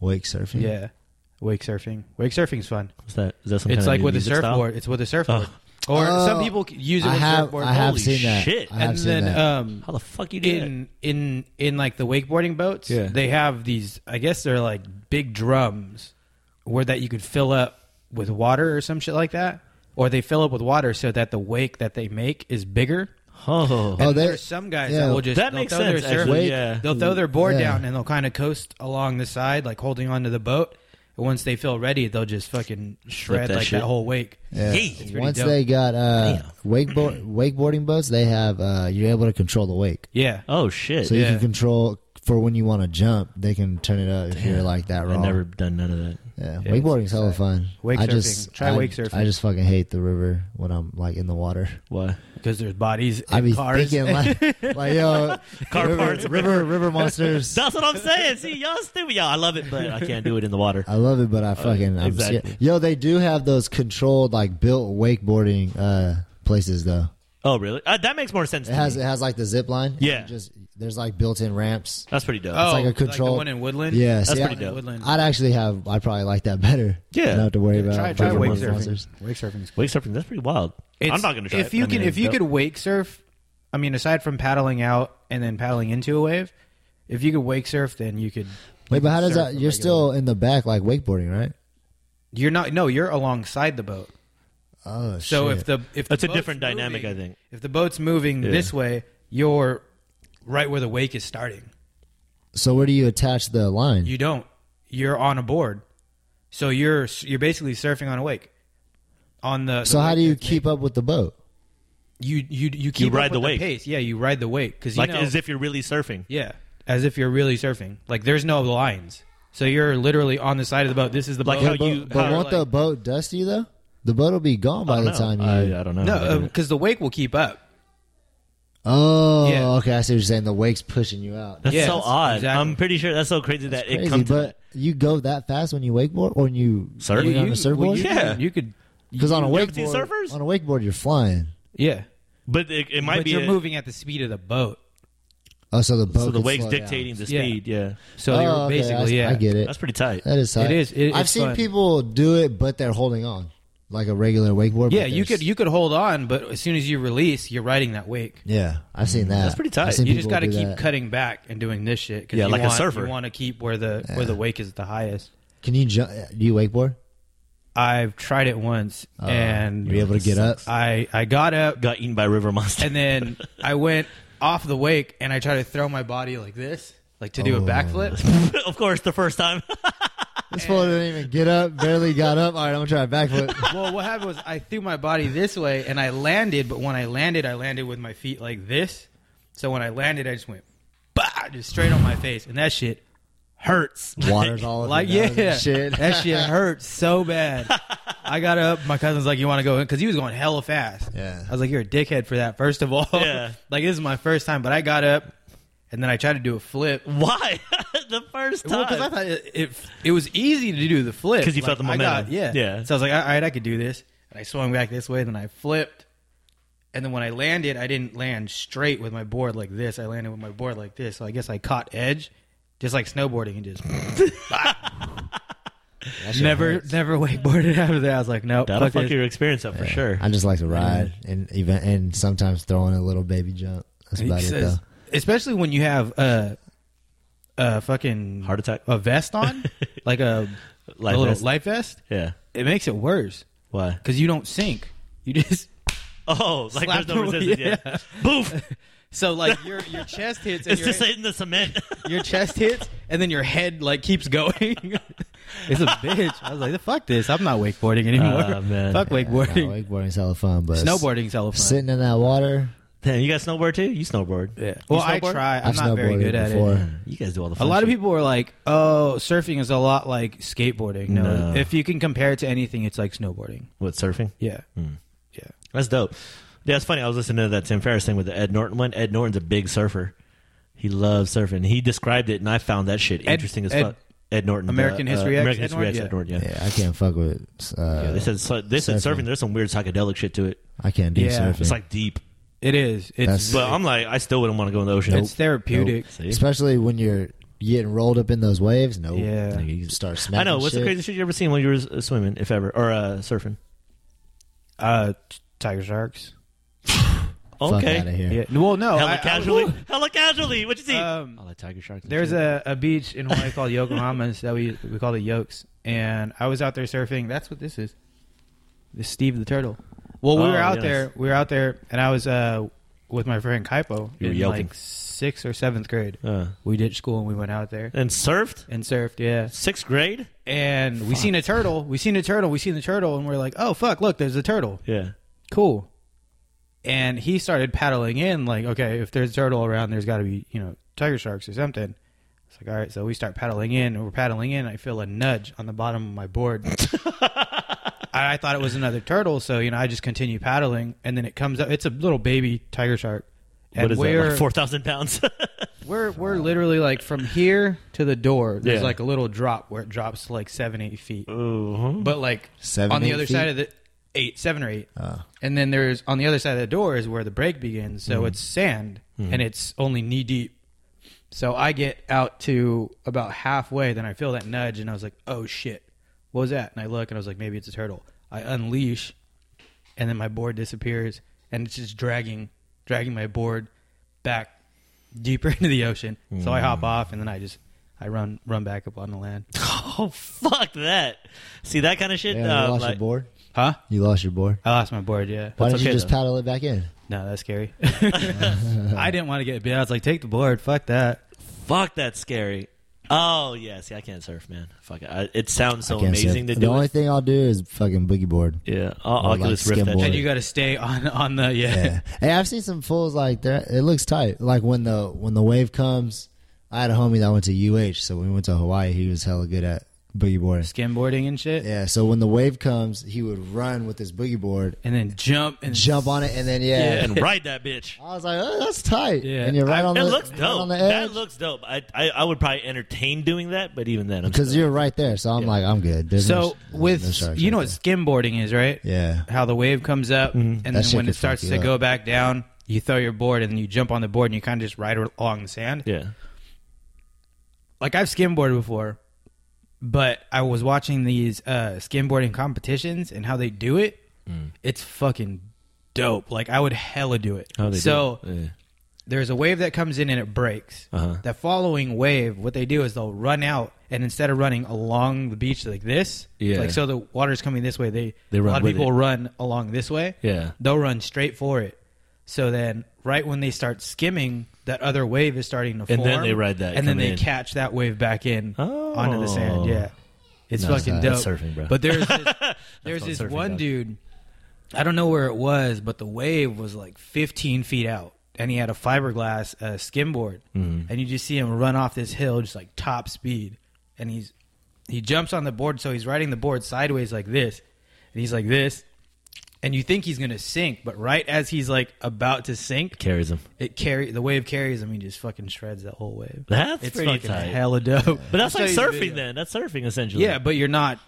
D: Wake surfing.
B: Yeah. Wake surfing. Wake surfing's fun.
C: What's that? Is that some kind
B: It's like
C: of
B: with a
C: music style?
B: surfboard. It's with a surfboard. Or
D: Oh,
B: some people c- use it
D: I
B: with
D: have.
B: surfboard.
D: I have
C: Holy
D: seen that.
C: shit.
D: I have
B: and
D: seen
B: then
D: that.
B: um
C: How the fuck you do that?
B: in in in like the wakeboarding boats,
C: Yeah.
B: they have these. I guess they're like big drums, where that you could fill up with water or some shit like that, or they fill up with water so that the wake that they make is bigger.
C: Oh.
D: Oh,
B: And
D: they-
B: there's some guys
D: yeah.
B: that will just
C: That
B: they'll
C: makes
B: throw their
C: sense, actually,
B: surf-
C: yeah.
B: they'll throw their board
D: Yeah.
B: down and they'll kind of coast along the side, like holding onto the boat. And once they feel ready, they'll just fucking shred
C: that
B: like
C: shit.
B: that whole wake.
D: Yeah.
C: It's
B: pretty
D: Once
B: dope.
D: they got uh,
C: Damn.
D: wakeboard wakeboarding boats, they have uh, you're able to control the wake,
B: Yeah,
C: Oh, shit.
D: so you
B: Yeah.
D: can control for when you want to jump. They can turn it up if you're like that
C: I've
D: wrong.
C: never done none of that.
D: yeah.
B: Yeah,
D: wakeboarding's
B: it's
D: hella
B: sick.
D: fun.
B: Wake
D: I just
B: surfing. Try
D: I-
B: wake surfing.
D: I just fucking hate the river when I'm like in the water.
C: Why?
B: because there's bodies in
D: I be
B: cars.
D: thinking like, like yo,
C: Car
D: river,
C: parts,
D: river, river monsters.
C: That's what I'm saying. See, y'all stupid. Y'all, I love it, but I can't do it in the water.
D: I love it, but I fucking I'm
C: exactly.
D: scared. Yo, they do have those controlled like built wakeboarding uh places though.
C: Oh, really? Uh, that makes more sense.
D: It
C: to
D: has
C: me.
D: it has like the zip line.
C: Yeah.
D: You just there's like built-in ramps.
C: That's pretty dope.
B: oh,
D: like a
B: the
D: control-
B: one in Woodland.
D: Yeah,
C: That's
D: see, I-
C: pretty dope.
B: Woodland.
D: I'd actually have. I'd probably like that better.
C: Yeah.
D: not have to worry
B: Yeah,
D: about
B: try- try
D: fucking
C: wake
D: monster
C: surfing.
D: monsters.
B: Wake surfing's
C: Wake surfing. That's pretty wild. I'm
B: It's-
C: not gonna try.
B: If
C: it.
B: you
C: I
B: can,
C: mean,
B: if you
C: dope.
B: could wake surf, I mean, aside from paddling out and then paddling into a wave, if you could wake surf, then you could.
D: Wait, but how does
B: surf
D: that? You're
B: regularly.
D: still in the back, like wakeboarding, right?
B: You're not. No, you're alongside the boat.
D: Oh,
B: So
D: shit.
B: if the if
C: That's
B: the
C: a different
B: boat's
C: dynamic,
B: moving-
C: I think.
B: If the boat's moving
C: Yeah.
B: this way, you're right where the wake is starting.
D: so where do you attach the line?
B: You don't. You're on a board, so you're you're basically surfing on a wake. On the
D: so
B: the
D: how
B: wake
D: do you
B: that's
D: keep up with the boat?
B: making- you you you keep
C: ride
B: up
C: the
B: with
C: wake.
B: pace? Yeah, you ride the wake because
C: like
B: you know,
C: as if you're really surfing.
B: Yeah, as if you're really surfing. Like there's no lines, so you're literally on the side of the boat. This is the
C: Like
B: boat.
C: how
D: But,
C: you-
D: but
C: how-
D: won't the
B: Oh, like-
D: boat dust you though? The boat will be gone by
C: I
D: the
C: don't know.
D: time you.
C: I, I don't know. I
B: no, um,
C: did it.
B: because the wake will keep up.
D: oh,
B: Yeah.
D: okay. I see what you're saying. The wake's pushing you out.
C: that's
B: Yeah,
C: so odd.
B: exactly.
C: I'm pretty sure that's so crazy that it
D: crazy,
C: comes. to
D: but you go that fast when you wakeboard or when you
C: Surf?
D: when you're on
B: You-
D: a surfboard.
B: well, you,
C: Yeah.
B: you could.
D: Because on a
C: You ever seen
D: wakeboard,
C: surfers?
D: on a wakeboard, you're flying.
B: Yeah,
C: But it, it might
B: but
C: be
B: you're
C: a-
B: moving at the speed of the boat.
D: Oh, so the boat.
C: so the
D: can
C: waves
D: slow down.
C: dictating the
B: Yeah.
C: speed. Yeah.
B: So
D: Oh,
B: you're
D: okay,
B: basically
D: I,
B: yeah.
D: I get it.
C: that's pretty tight.
D: That is. Tight.
B: It is. It-
D: I've
B: it's
D: seen
B: fun.
D: people do it, but they're holding on like a regular wakeboard.
B: Yeah,
D: but
B: you
D: there's-
B: could you could hold on, but as soon as you release, you're riding that wake.
D: Yeah, I've
B: Mm,
D: seen that.
C: That's pretty tight.
D: I've seen
B: You just got
D: people
B: to
D: do
B: keep
D: that.
B: cutting back and doing this shit. 'cause
C: Yeah,
B: you
C: like a
B: want-
C: surfer.
B: You want to keep where the where the wake is the highest.
D: Can you jump? Do you wakeboard?
B: I've tried it once
D: Uh,
B: and
D: you're able to get up.
B: I I got up
C: Got eaten by a river monster.
B: and then I went off the wake and I tried to throw my body like this, like to do a
D: Oh.
B: backflip.
C: of course, the first time.
D: This fool didn't even get up. Barely got up. All right, I'm gonna try a backflip.
B: well, what happened was I threw my body this way and I landed, but when I landed, I landed with my feet like this. So when I landed, I just went, bah, just straight on my face, and that shit hurts.
D: Water's all up
B: Like
D: your nose and
B: yeah,
D: shit.
B: that shit hurt so bad. I got up. My cousin's like, "You want to go in?" Because he was going hella fast.
D: Yeah.
B: I was like, "You're a dickhead for that." First of all,
C: Yeah.
B: like this is my first time, but I got up, and then I tried to do a flip.
C: Why? the first
B: Well, because I
C: time.
B: thought it, it it was easy to do the flip
C: 'Cause you felt the
B: I
C: momentum.
B: got- yeah,
C: Yeah.
B: So I was like, all right, I could do this. And I swung back this way, then I flipped, and then when I landed, I didn't land straight with my board like this. I landed with my board like this. So I guess I caught edge, just like snowboarding, and just
D: That shit
B: never
D: hurts.
B: never wakeboarded after that. I was like, nope,
C: That'll
B: fuck
C: fuck
B: this.
C: your experience up for sure.
D: I just like to ride and even and sometimes throwing a little baby jump. That's
B: He
D: about it
B: says-
D: though.
B: especially when you have a a fucking
C: Heart attack.
B: a vest on, like a,
C: Life
B: a little
C: vest.
B: life vest.
C: Yeah.
B: It makes it worse
C: Why?
B: because you don't sink. You just
C: Oh, like
B: Slap
C: there's no
B: him with-
C: resistance. Yeah. Boof.
B: So like your your chest hits and
C: it's
B: your,
C: just in the cement.
B: your chest hits and then your head like keeps going. it's a bitch. I was like, fuck this. I'm not wakeboarding anymore.
C: Ah, man.
B: Fuck
D: Yeah,
B: wakeboarding.
D: wakeboarding's hella fun, but
B: Snowboarding's hella fun.
D: sitting in that water.
C: Damn, you guys snowboard too? You snowboard.
B: Yeah. Well,
C: You
B: I
C: snowboard?
B: try. I'm
D: I've
B: not very
D: snowboarded
B: good at
D: before.
B: it.
C: You guys do all the
B: A
C: fun
B: lot of
C: shit.
B: people are like, "Oh, surfing is a lot like skateboarding." No,
C: No.
B: if you can compare it to anything, it's like snowboarding.
C: With surfing?
B: Yeah,
C: Hmm.
B: yeah.
C: That's dope. Yeah, it's funny. I was listening to that Tim Ferriss thing with the Ed Norton one. Ed Norton's a big surfer. He loves surfing. He described it, and I found that shit interesting as
B: Ed-
C: fuck. Ed Norton,
B: American
C: the, uh,
B: History X,
C: American
B: Ed
C: History X,
B: Norton?
C: Ed Norton. Yeah.
D: Yeah, I can't fuck with. Uh,
C: Yeah, they said so- they said
D: surfing.
C: surfing. There's some weird psychedelic shit to it.
D: I can't do
B: Yeah.
D: surfing.
C: It's like deep,
B: It is. It's
D: That's-
C: but I'm like, I still wouldn't want to go in the ocean.
B: it's therapeutic.
C: See?
D: especially when you're getting rolled up in those waves. No,
B: Yeah.
D: you can start smacking.
C: I know. What's
D: shit.
C: the craziest shit you ever seen when you were uh, swimming, if ever, or uh, surfing?
B: Uh, t- tiger sharks.
D: Fuck
C: Okay.
D: out of here.
B: Yeah. Well, no.
C: Hella
B: Oh, I- I-
C: casually. Hella casually. What you see?
B: Um,
C: I like tiger sharks.
B: There's a, a beach in Hawaii called Yokohama's that we we call the Yokes, and I was out there surfing. That's what this is. This Steve the Turtle. Well, we
C: Oh,
B: were out
C: yes.
B: there. We were out there, and I was uh, with my friend Kaipo
C: You were
B: in
C: yelping.
B: like sixth or seventh grade.
C: Uh,
B: We ditched school and we went out there
C: and surfed
B: and surfed. Yeah,
C: sixth grade.
B: and we seen a turtle. We seen a turtle. We seen the turtle, and we're like, oh fuck, look, there's a turtle.
C: Yeah.
B: Cool. And he started paddling in, like, okay, if there's a turtle around, there's got to be, you know, tiger sharks or something. It's like, all right, so we start paddling in, and we're paddling in. I feel a nudge on the bottom of my board. I, I thought it was another turtle, so, you know, I just continue paddling, and then it comes up. It's a little baby tiger shark. And
C: what is
B: we're,
C: that? Like Four thousand pounds.
B: we're, we're literally like from here to the door, there's
C: Yeah.
B: like a little drop where it drops to like seven, eight feet.
D: Uh-huh.
C: Ooh.
B: But like
D: Seven,
B: on the
D: eight
B: other
D: feet? Ah.
B: side of the eight, seven or eight, and
D: Hmm.
B: then there's on the other side of the door is where the break begins. So it's sand and it's only knee deep. So I get out to about halfway, then I feel that nudge, and I was like, "Oh shit, what was that?" And I look, and I was like, "Maybe it's a turtle." I unleash, and then my board disappears, and it's just dragging, dragging my board back deeper into the ocean. So I
D: Hmm.
B: hop off, and then I just I run run back up on the land.
C: Oh fuck that! See that kind of shit.
D: Yeah,
C: uh,
D: you lost
C: like-
D: your board.
B: Huh?
D: You lost your board.
B: I lost my board. Yeah.
D: Why
C: That's
D: didn't you
C: okay,
D: just
C: though.
D: paddle it back in?
B: No, that's scary. I didn't want to get bit. I was like, "Take the board, fuck that."
C: Fuck that's scary. Oh yeah, see I can't surf, man. Fuck it. I, it sounds so
D: Can't
C: amazing to
D: surf. the
C: do.
D: only
C: it.
D: thing I'll do is fucking boogie board.
C: yeah, I'll,
D: Or
C: I'll Oculus
D: like
C: Rift. That
D: skimboard.
C: shit.
B: And you got to stay on on the
D: Yeah. hey, I've seen some fools like that. It looks tight. Like when the when the wave comes, I had a homie that went to UH, so when we went to Hawaii, he was hella good at boogie boarding.
B: skimboarding and shit,
D: Yeah, so when the wave comes, he would run with his boogie board,
B: and then jump and
D: jump on it, and then yeah.
B: Yeah.
C: and ride that bitch.
D: I was like, oh, that's tight.
B: Yeah.
D: And you're right
B: I-
D: on
C: That
D: the
C: looks
D: right
C: dope.
D: on the
C: That
D: edge
C: looks dope. I, I I would probably entertain doing that, but even then, I'm
D: because
C: still-
D: you're right there. So I'm like, I'm good. There's
B: So
D: no sh- there's
B: with
D: no sharks
B: you
D: right
B: know what skimboarding is, right?
D: there. yeah,
B: How the wave comes up, and then
D: shit
B: when
D: could
B: it starts
D: fuck
B: to
D: you
B: go back down, you throw your board and you jump on the board and you kind of just ride along the sand.
C: yeah.
B: Like I've skimboarded before, but I was watching these uh, skimboarding competitions and how they do it.
D: Mm.
B: It's fucking dope. Like I would hella do it.
C: How Oh, they do
B: so
C: it. Yeah.
B: there's a wave that comes in and it breaks.
C: Uh-huh.
B: The following wave, what they do is they'll run out, and instead of running along the beach like this,
C: Yeah.
B: like so the water's coming this way, they,
C: They
B: a
C: run
B: lot of
C: with
B: people
C: it.
B: run along this way.
C: Yeah.
B: They'll run straight for it. So then, right when they start skimming, that other wave is starting to
C: And
B: form.
C: then they ride that
B: and then
C: coming
B: they
C: in.
B: catch that wave back in
C: Oh.
B: onto the sand. Yeah, it's
C: No,
B: fucking
C: that's
B: dope.
C: surfing, bro.
B: But there's this, there's
C: called
B: this
C: surfing,
B: one
C: dog.
B: dude. I don't know where it was, but the wave was like 15 feet out, and he had a fiberglass uh, skimboard,
C: Mm-hmm.
B: and you just see him run off this hill just like top speed, and he's he jumps on the board, so he's riding the board sideways like this, and he's like this, and you think he's gonna sink, but right as he's like about to sink,
C: Carries them.
B: it carry the wave carries him, he just fucking shreds that whole wave.
C: That's
B: it's
C: pretty
B: fucking
C: tight.
B: hella dope.
C: But that's
B: I'll
C: like
B: show you the
C: surfing.
B: video.
C: Then that's surfing essentially.
B: Yeah, but you're not.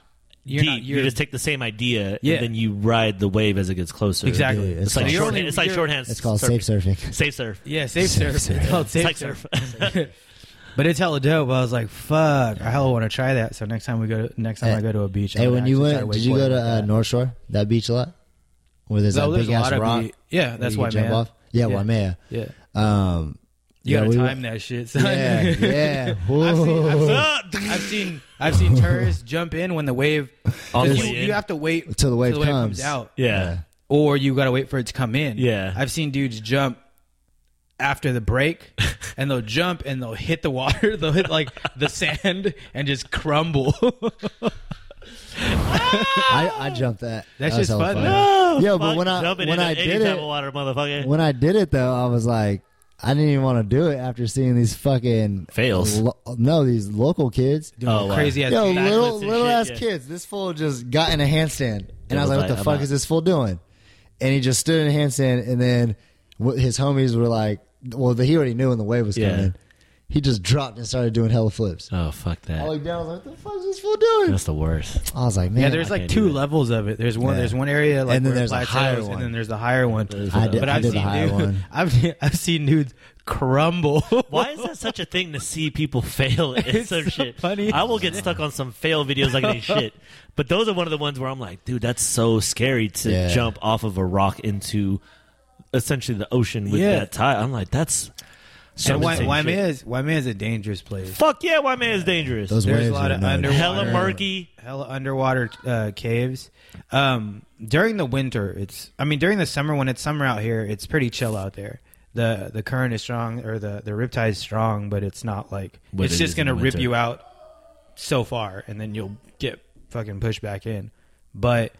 B: You're
C: Deep.
B: not. You're,
C: you just take the same idea,
B: Yeah.
C: and then you ride the wave as it gets closer.
B: exactly.
D: Yeah,
C: It's
D: It's
C: like
D: called-
B: you're
C: shorthand.
B: only-
C: It's like
B: you're-
C: shorthand.
D: it's called
C: surfing.
D: safe surfing.
C: Safe surf.
B: Yeah, safe surf. It's called
C: It's
B: safe
C: like
B: surf.
C: surf.
B: But it's hella dope. I was like, fuck, I hella want to try that. So next time we go, to, next time
D: Hey-
B: I go to a beach. I'm
D: Hey,
B: gonna
D: when you
B: actually try
D: went, did you go
B: wakeboarding
D: to
B: like
D: uh,
B: that.
D: North Shore that beach a lot? Where there's
B: So
D: that
B: there's
D: big
B: a
D: ass
B: lot of
D: rock.
B: beach- yeah,
D: that
B: that's
D: you
B: why,
D: can jump
B: man.
D: off? Yeah,
B: Yeah.
D: why, man?
B: Yeah,
D: Um,
B: you
D: yeah,
B: gotta
D: we
B: time that shit. Son.
D: Yeah, yeah.
C: Ah,
B: I've seen, I've, seen, I've seen I've seen tourists jump in when the wave.
C: On the
B: you,
C: way in.
B: you have to wait
D: Till the wave comes.
B: out,
C: yeah.
B: or you gotta wait for it to come in.
C: Yeah.
B: I've seen dudes jump after the break, and they'll jump and they'll hit the water. They'll hit like the sand and just crumble.
D: I, I jumped that.
B: That's
D: that was
B: just
D: hella
B: fun,
D: fun.
B: though.
D: Yeah, but
C: Oh, Fuck
D: when I
C: jumping
D: when
C: into
D: I
C: any
D: did
C: type of
D: it,
C: water, motherfucker.
D: when I did it though, I was like, I didn't even want to do it after seeing these fucking
C: Fails.
D: Lo- no, these local kids.
B: Doing
C: Oh, wow.
B: crazy ass.
D: Yo,
B: backflips
D: little
C: and
D: little
C: shit,
D: ass
C: yeah.
D: kids. This fool just got in a handstand, and I
C: was
D: was like,
C: like,
D: "What the
C: I'm
D: fuck
C: out.
D: is this fool doing?" And he just stood in a handstand, and then wh- his homies were like, "Well, the, he already knew when the wave was
C: Yeah.
D: coming." He just dropped and started doing hella flips.
C: oh fuck
D: I
C: that.
D: looked down, I was like, "What the fuck is this fool doing?"
C: That's the worst.
D: I was like, "Man,
B: Yeah, there's
C: I
B: like
C: can't do
B: two
C: that.
B: levels of it. There's one.
D: Yeah.
B: There's one area, like,
D: And then
B: where it
D: there's a
B: plateaus,
D: higher
B: and
D: one.
B: then there's the higher one.
D: I did-
B: but
D: I
B: I've
D: did the
B: seen
D: higher
B: dudes,
D: one.
B: I've I've seen dudes crumble.
C: Why is that such a thing to see people fail at
B: It's
C: some
B: so
C: shit?
B: funny.
C: I will get stuck on some fail videos like any shit. But those are one of the ones where I'm like, dude, that's so scary to
D: Yeah.
C: jump off of a rock into essentially the ocean with
B: Yeah.
C: that tie. I'm like, that's
B: and Wai-
C: Shit.
B: Waimea is Waimea is a dangerous place.
C: fuck yeah, why man is dangerous.
D: those
B: There's
D: waves
B: a lot
D: are
B: of
D: nuts.
B: underwater.
C: Hella murky.
B: Hella underwater uh, caves. Um, during the winter, it's. I mean, during the summer when it's summer out here, it's pretty chill out there. the The current is strong, or the the riptide is strong, but it's not like
C: What
B: it's
C: it
B: just
C: is in
B: gonna
C: the
B: rip
C: winter.
B: you out so far, and then you'll get fucking pushed back in. But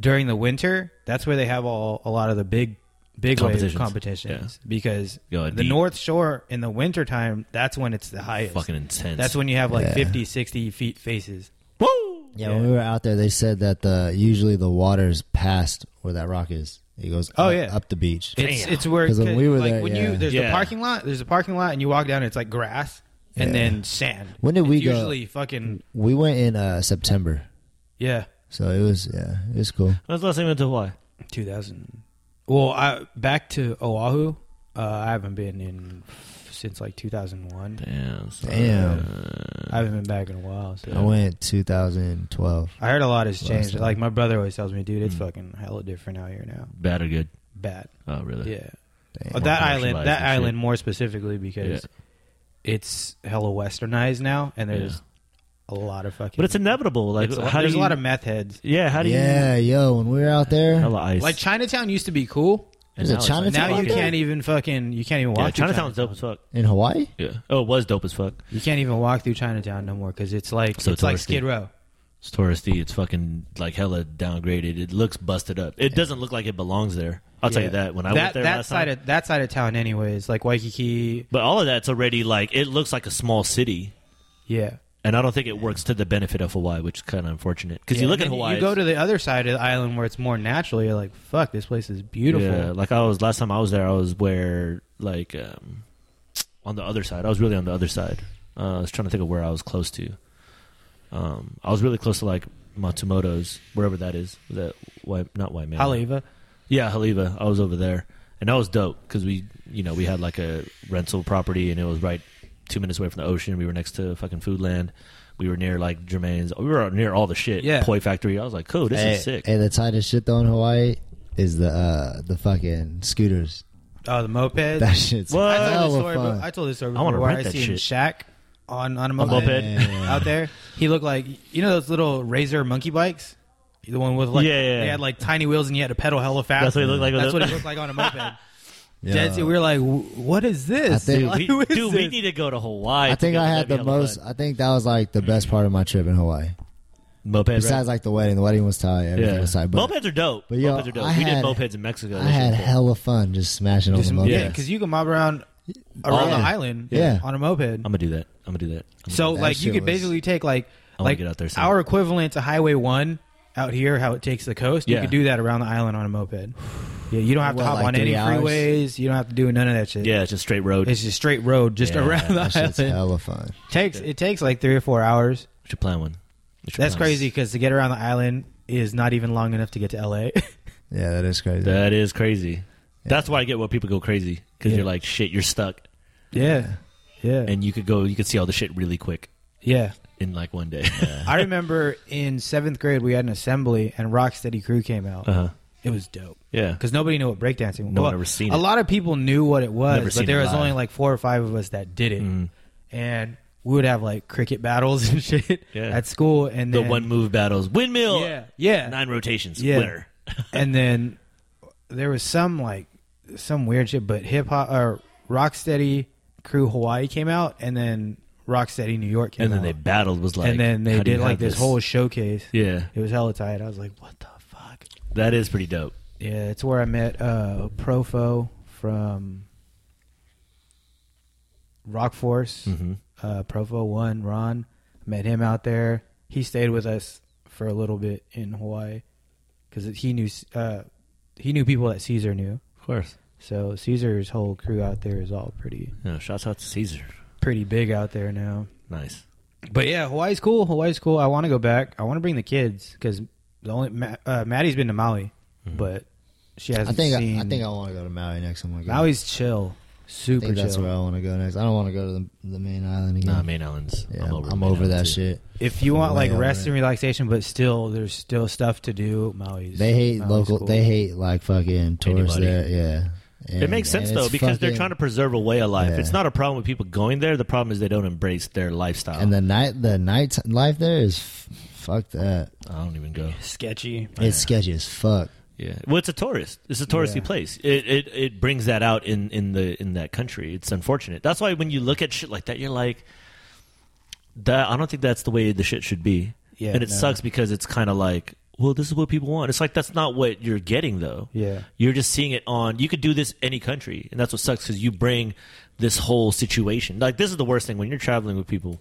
B: during the winter, that's where they have all a lot of the big big wave
C: Competitions.
B: competitions because
C: Go
B: the
C: deep.
B: North Shore in the wintertime, that's when it's the highest.
C: Fucking intense.
B: That's when you have like
D: Yeah.
B: fifty, sixty 50, 60 feet faces.
C: Woo!
D: Yeah, when we were out there, they said that the usually the water's past where that rock is. It goes
B: Oh,
D: up,
B: yeah.
D: up the beach.
B: It's
C: Damn.
B: it's where
D: 'Cause when we were
B: like
D: there,
B: when
D: yeah.
B: you there's
C: Yeah.
B: the parking lot, there's a parking lot, and you walk down, it's like grass and then sand.
D: When did we
B: It's
D: go?
B: Usually, fucking
D: we went in uh, September,
B: yeah,
D: so it was yeah, it was cool.
C: When was the last time you went to Hawaii?
B: two thousand. Well, I back to Oahu. Uh, I haven't been in since like 2001.
C: Damn. Uh, so-
D: Damn.
B: I haven't been back in a while. So.
D: I went 2012.
B: I heard a lot has
D: Last
B: changed.
D: time. Hmm.
B: Like my brother always tells me, dude, it's
C: Mm.
B: fucking hella different out here now.
C: Bad or good?
B: Bad.
C: Oh, really?
B: Yeah.
D: Damn.
B: Oh, that
C: More
B: island,
C: commercialized
B: that
C: and
B: island more specifically because
C: Yeah.
B: it's hella westernized now, and there's
C: Yeah.
B: a lot of fucking.
C: But it's inevitable. Like,
B: it's a-
C: how do
B: there's
C: you,
B: a lot of meth heads.
C: Yeah. How do
D: yeah, yo, when we were out
C: you?
D: there,
C: Hella ice.
B: Like Chinatown used to be cool.
C: And
D: Is it
C: now it's
D: Chinatown?
B: now you
D: fucking-
B: can't even fucking. You can't even walk.
C: Yeah,
B: through
C: Chinatown's dope as fuck.
D: in Hawaii,
C: Yeah. Oh, it was dope as fuck.
B: You can't even walk through Chinatown no more because it's like
C: So
B: it's like
C: touristy.
B: Skid Row.
C: It's touristy. It's fucking like hella downgraded. It looks busted up. It doesn't look like it belongs there. I'll tell you that. When I
B: that,
C: went there
B: that
C: last
B: side
C: time,
B: of that side of town, anyways, like Waikiki,
C: but all of that's already like it looks like a small city,
B: yeah.
C: and I don't think it works to the benefit of Hawaii, which is kind of unfortunate. Because you
B: Yeah,
C: look
B: and
C: at
B: then
C: Hawaii,
B: you go to the other side of the island where it's more natural. You're like, fuck, this place is beautiful.
C: Yeah, like I was last time I was there, I was where like um, on the other side. I was really on the other side. Uh, I was trying to think of where I was close to. Um, I was really close to like Matsumoto's, wherever that is. That white, not white man.
B: Haleiwa.
C: Yeah, Haliva. I was over there, and that was dope because we, you know, we had like a rental property, and it was right two minutes away from the ocean. We were next to fucking Foodland. We were near like Jermaine's. We were near all the shit.
B: Yeah.
C: Poi Factory. I was like, cool, this
D: hey,
C: is sick.
D: hey, the tightest shit though in Hawaii is the uh, the fucking scooters.
B: Oh, the moped.
D: That shit's
C: What?
B: I told
D: hella
B: this story.
D: fun.
B: But I told this story.
C: I wanna
B: before where
C: rent
B: I
C: that
B: seen
C: shit.
B: Shaq on on a moped,
C: moped.
B: out there. He looked like you know those little razor monkey bikes. The one with like
C: Yeah, yeah, yeah.
B: they had like tiny wheels and you had to pedal hella fast.
C: That's what he looked like with
B: That's
C: the-
B: what he looked like on a moped.
D: Yeah.
B: Dead serious. we were like, "W- what is this?
D: I think-
C: Dude,
B: Like,
C: we,
B: who is
C: dude, we
B: this?
C: need to go to Hawaii.
D: I think I
C: together.
D: had the
C: That'd be hella
D: most.
C: fun.
D: I think that was like the best part of my trip in Hawaii.
C: moped. right?
D: Besides like the wedding, the wedding was tight. Everything
C: yeah.
D: was tight. But
C: mopeds are dope.
D: but yo,
C: mopeds are dope.
D: I
C: we
D: had-
C: did mopeds in Mexico. That
D: I
C: shit
D: had
C: was cool.
D: hella fun just smashing
B: Just-
D: on the moped.
B: yeah, because you can mob around around
C: Yeah.
B: the island
D: Yeah.
B: on a moped.
C: I'm gonna do that. I'm gonna do that. I'm
B: So
D: That
B: like you
D: shit
B: could
D: was-
B: basically take like
C: I wanna
B: like
C: get out there soon.
B: our equivalent to Highway One out here, how it takes the coast. You
C: Yeah.
B: could do that around the island on a moped. Yeah, you don't have
D: What,
B: to hop
D: like
B: on any
D: three hours?
B: freeways. You don't have to do none of that shit.
C: yeah, it's just straight road.
B: it's just straight road just
C: Yeah,
B: around the
D: that shit's
B: island.
D: hella fun.
B: Takes it takes like three or four hours.
C: we should plan one. We should
B: That's
C: plan one.
B: crazy because to get around the island is not even long enough to get to L.A.
D: Yeah, that is crazy.
C: That is crazy. That's why I get why people go crazy because
B: Yeah.
C: you're like, shit, you're stuck,
B: yeah, yeah,
C: and you could go, you could see all the shit really quick
B: yeah.
C: in like one day.
B: I remember in seventh grade we had an assembly and Rocksteady Crew came out.
C: uh huh.
B: It was dope.
C: Yeah.
B: because nobody knew what breakdancing was.
C: No one ever seen
B: a
C: it.
B: lot of people knew what it was,
C: Never
B: but
C: seen
B: there
C: it
B: was
C: live.
B: only like four or five of us that did it,
C: Mm.
B: and we would have like cricket battles and shit
C: Yeah.
B: at school, and
C: The
B: then,
C: one move battles, windmill,
B: yeah, yeah,
C: nine rotations,
B: Yeah.
C: winner.
B: and then there was some like some weird shit, but hip hop or Rocksteady Crew Hawaii came out, and then Rocksteady New York came
C: And then
B: out,
C: they battled was like,
B: and then they
C: how do you
B: did like
C: have
B: this, whole showcase.
C: Yeah,
B: It was hella tight. I was like, what the fuck?
C: that is pretty dope.
B: Yeah, it's where I met uh, Profo from Rock Force.
C: hmm
B: Uh, Profo One, Ron. Met him out there. He stayed with us for a little bit in Hawaii because he knew uh, he knew people that Caesar knew.
C: Of course.
B: So Caesar's whole crew out there is all pretty
C: Yeah, shouts out to Caesar.
B: pretty big out there now.
C: Nice.
B: But yeah, Hawaii's cool. Hawaii's cool. I want to go back. I want to bring the kids because the only Ma- uh, Maddie's been to Maui, but she
D: I
B: hasn't.
D: think
B: seen
D: I, I think I want to go to Maui next. I'm gonna go.
B: Maui's chill,
D: I
B: super
D: think that's
B: chill.
D: where I want to go next. I don't want to go to the, the main island again.
C: Nah, main islands.
D: yeah,
C: I'm
D: I'm
C: over,
D: I'm
C: main
D: over that
C: islands, too.
D: shit.
B: if you want like
D: Way over
B: rest
D: it.
B: and relaxation, but still there's still stuff to do. Maui's
D: They hate
B: Maui's
D: local.
B: cool.
D: They hate like fucking tourists
C: Anybody.
D: there. Yeah, And-
C: it makes sense
D: and it's
C: though because they're
D: fucking-
C: trying to preserve a way of life.
D: Yeah.
C: It's not a problem with people going there. The problem is they don't embrace their lifestyle.
D: And the night, the night life there is f- fuck that.
C: I don't even go.
B: sketchy.
D: It's sketchy as fuck.
C: Yeah. Well, it's a tourist. It's a touristy
B: Yeah.
C: place. It, it it brings that out in in the in that country. It's unfortunate. That's why when you look at shit like that, you're like, that. I don't think that's the way the shit should be.
B: Yeah,
C: And it
B: no.
C: sucks because it's kind of like, well, this is what people want. It's like that's not what you're getting though.
B: Yeah.
C: You're just seeing it on. You could do this any country, and that's what sucks because you bring this whole situation. Like this is the worst thing when you're traveling with people,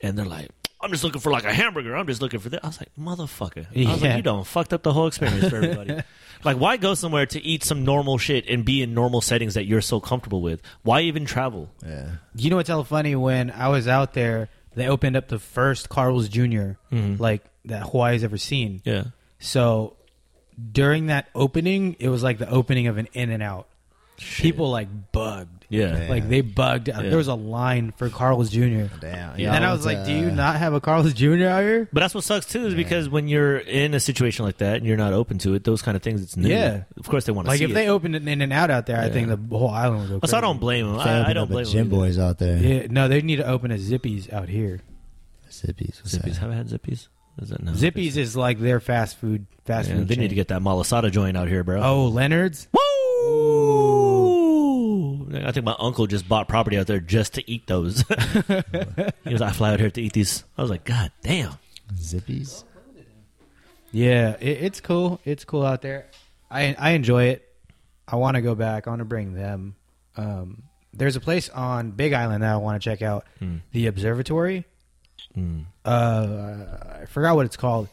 C: and they're like. I'm just looking for like a hamburger. I'm just looking for that. I was like, motherfucker. I was
B: Yeah.
C: like, you don't fucked up the whole experience for everybody. like, why go somewhere to eat some normal shit and be in normal settings that you're so comfortable with? Why even travel?
D: Yeah,
B: You know what's hella funny? When I was out there, they opened up the first Carl's Jr. like that Hawaii's ever seen.
C: Mm-hmm. Yeah.
B: So during that opening, it was like the opening of an In and Out. people like bugged.
C: Yeah.
D: Yeah.
B: Like they bugged. out.
C: Yeah.
B: There was a line for Carl's Jr.
D: Damn.
C: Yeah.
B: And I was like, do
D: uh,
B: you not have a Carl's Jr. out here?
C: But that's what sucks too, is because when you're in a situation like that and you're not open to it, those kind of things, it's new.
B: Yeah.
C: of course they want to
B: Like
C: see
B: if they
C: it.
B: opened it in and out out there, I
C: Yeah.
B: think the whole island would go. Crazy.
C: So I don't blame them. I, I don't blame
D: Gym
C: them.
D: boys out there.
B: Yeah, no, they need to open a Zippies out here.
D: Zippies. What's
C: Zippies,
D: that?
C: have I had Zippies? Is that no?
B: Zippies is like their fast food. Fast
C: Oh, Yeah,
B: food.
C: they
B: chain.
C: need to get that malasada joint out here, bro.
B: Oh, Leonard's.
C: Woo! I think my uncle just bought property out there just to eat those. he was, I fly out here to eat these. I was like, God damn.
D: Zippies.
B: Yeah, it, it's cool. It's cool out there. I I enjoy it. I want to go back. I want to bring them. Um, there's a place on Big Island that I want to check out.
C: Hmm.
B: The Observatory. Uh, I forgot what it's called,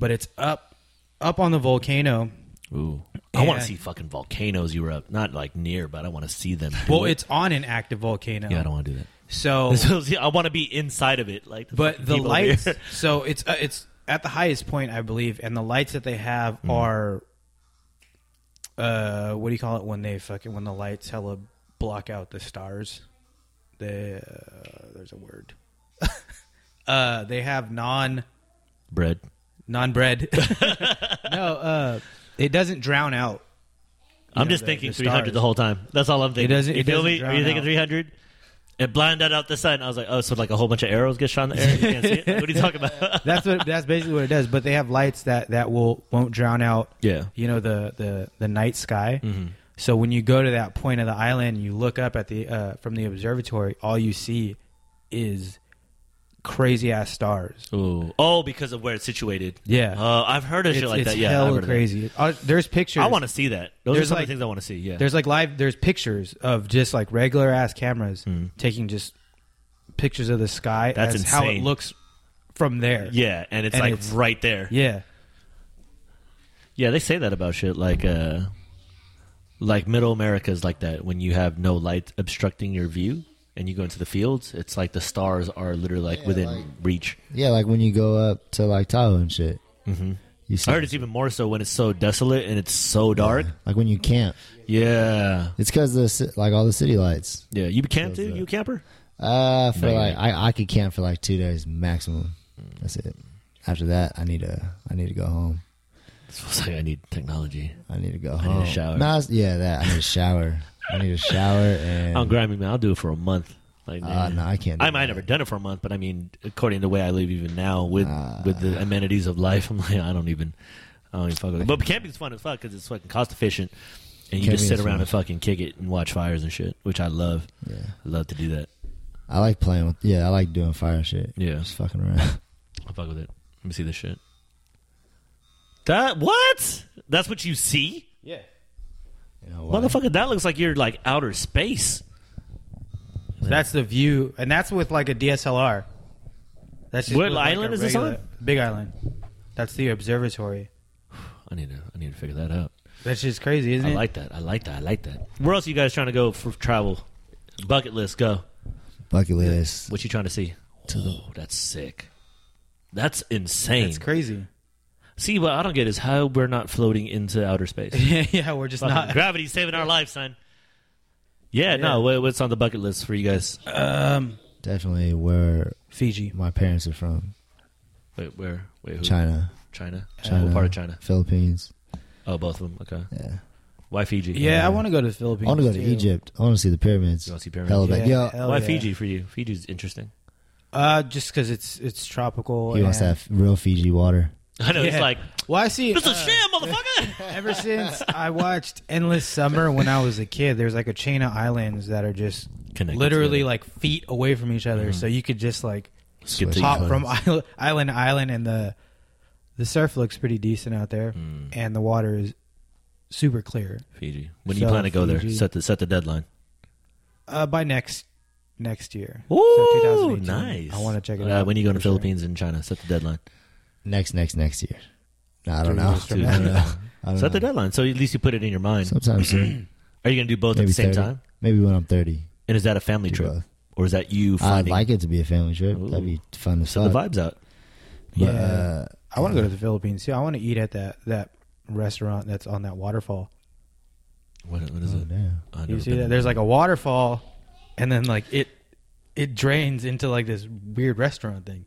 B: but it's up up on the volcano.
C: Ooh. I want
B: Yeah.
C: to see fucking volcanoes erupt. Not like near, but I want to see them. do
B: Well,
C: it.
B: it's on an active volcano.
C: Yeah, I don't want to do that.
B: So
C: So, see, I want to be inside of it, like.
B: but the
C: people
B: lights
C: there.
B: so it's uh, it's at the highest point i believe and the lights that they have are uh what do you call it when they fucking when the lights hella block out the stars they uh, there's a word uh they have non
C: bread.
B: non bread no uh it doesn't drown out
C: I'm
B: know,
C: just
B: the-
C: thinking
B: the
C: 300
B: stars.
C: the whole time. That's all I'm thinking.
B: doesn't-
C: You
B: it
C: feel
B: doesn't
C: me? Are
B: drown
C: you thinking
B: out.
C: 300? It blinded out the sun. I was like, oh, so like a whole bunch of arrows get shot in the air. You can't see it. What are you talking about?
B: that's what that's basically what it does but they have lights that that will won't drown out
C: yeah. Mm-hmm.
B: you know the the the night sky. So when you go to that point of the island, you look up at the uh, from the observatory. All you see is crazy ass stars.
C: Ooh. Oh, because of where it's situated.
B: Yeah,
C: Uh, I've heard of
B: it's,
C: shit like
B: it's
C: that. Yeah, I've
B: hella
C: heard of that.
B: crazy. Uh, there's pictures.
C: I want to see that. Those are
B: There's
C: some of
B: like-
C: the things I want to see. Yeah.
B: There's like live. There's pictures of just like regular ass cameras taking just pictures of the sky.
C: Mm. That's
B: as how it
C: insane.
B: looks from there.
C: yeah, and it's
B: and
C: like
B: it's-
C: right there.
B: yeah.
C: Yeah, they say that about shit like uh like middle America's like that when you have no light obstructing your view and you go into the fields, it's like the stars are literally like within
D: like-
C: reach.
D: Yeah, like when you go up to like Tahoe and shit. Mm-hmm. You see,
C: I heard it's even more so when it's so desolate and it's so dark.
D: like when you camp.
C: Yeah.
D: It's because the ci- like all the city lights.
C: Yeah, you camp
D: Shows
C: too?
D: that.
C: You a camper?
D: Uh, for
C: No,
D: like
C: yeah.
D: I, I could camp for like two days maximum. That's it. After that, I need to I need to go home.
C: It's like I need technology.
D: I need to go
C: need a
D: home.
C: shower.
D: Nah, it's- yeah, that I need a shower. I need a shower and
C: I'm grinding, man. I'll do it for a month. Like,
D: Uh,
C: man.
D: no, I can't. Do
C: I might
D: that.
C: have never done it for a month, but I mean, according to the way I live, even now with
D: Ah.
C: with the amenities of life, I'm like, I don't even, I don't even fuck with it. But camping's fun as fuck because it's fucking cost efficient, and you just
D: Camping
C: sit
D: is
C: around
D: fun.
C: and fucking kick it and watch fires and shit, which I love.
D: Yeah,
C: I love to do that.
D: I like playing with. Yeah, I like doing fire shit.
C: Yeah.
D: just fucking around.
C: I fuck with it. Let me see this shit. That what? That's what you see,
B: Yeah.
D: You know, why?
C: motherfucker. That looks like you're like outer space.
B: that's the view, and that's with like a DSLR. That's just
C: What
B: with, like,
C: island
B: a
C: is this on?
B: regular- Big Island. That's the observatory.
C: I need to. I need to figure that out.
B: That's just crazy, isn't
C: I
B: it?
C: like that. I like that. I like that. Where else are you guys trying to go for travel? Bucket list. Go.
D: bucket list.
C: What you trying to see? Oh, that's sick. That's insane.
B: It's crazy.
C: See, what I don't get is how we're not floating into outer space.
B: yeah, yeah, we're just
C: Fucking
B: not.
C: gravity's saving our lives, son. Yeah, no. what- What's on the bucket list for you guys?
B: Um,
D: Definitely where
B: Fiji.
D: my parents are from.
C: Wait, where? Wait, who?
D: China,
C: China.
D: China,
C: What part of China?
D: Philippines.
C: Oh, both of them. Okay.
D: Yeah,
C: Why Fiji?
B: Yeah, I want to go to the Philippines.
D: I want to go to
B: too.
D: Egypt. I want to see the pyramids.
C: You wanna see pyramids?
D: Hella bad.
B: Yeah,
D: Yo,
B: hell
C: Why
B: yeah.
C: Fiji for you? Fiji's interesting.
B: Uh, just because it's it's tropical.
D: he wants
B: and-
D: that f- real Fiji water.
C: I know.
B: Yeah.
C: It's like
B: Well, I see.
C: this is
B: uh,
C: sham, motherfucker.
B: ever since I watched Endless Summer when I was a kid, there's like a chain of islands that are just
C: Connected
B: literally
C: together.
B: like feet away from each
D: Mm-hmm.
B: other, so you could just like
C: Skip
D: Switch
C: to
B: hop
D: colors.
B: from island island to island, and the the surf looks pretty decent out there,
C: Mm.
B: and the water is super clear.
C: Hmm, Fiji. When do you
B: So,
C: plan to go there?
B: Fiji.
C: Set the set the deadline.
B: Uh, by next next year, So
C: Ooh,
B: 2018.
C: nice.
B: I want to check it
C: Uh,
B: out.
C: When you go to
B: for sure.
C: Philippines and China, set the deadline.
D: Next, next, next year. Nah, I
B: Three
D: don't know.
B: years from
D: I don't
B: now.
D: know. I don't
C: Set the
D: know.
C: deadline. So at least you put it in your mind.
D: Sometime soon.
C: Are you going to do both at
D: Maybe
C: the same
D: 30.
C: time?
D: Maybe when I'm 30.
C: And is that a family
D: Do
C: trip,
D: both.
C: or is that you
D: I'd
C: finding
D: like it to be a family trip.
C: Ooh.
D: That'd be fun to
C: set the
D: fuck.
C: vibes out?
D: But,
B: Yeah.
D: uh,
B: I want to go to the Philippines too. I want to eat at that that restaurant that's on that waterfall.
C: What, what is
D: Oh,
C: it?
D: damn.
C: I've
B: You
C: never
B: see
C: been
B: that?
C: there.
B: There's like a waterfall, and then like it, it drains into like this weird restaurant thing.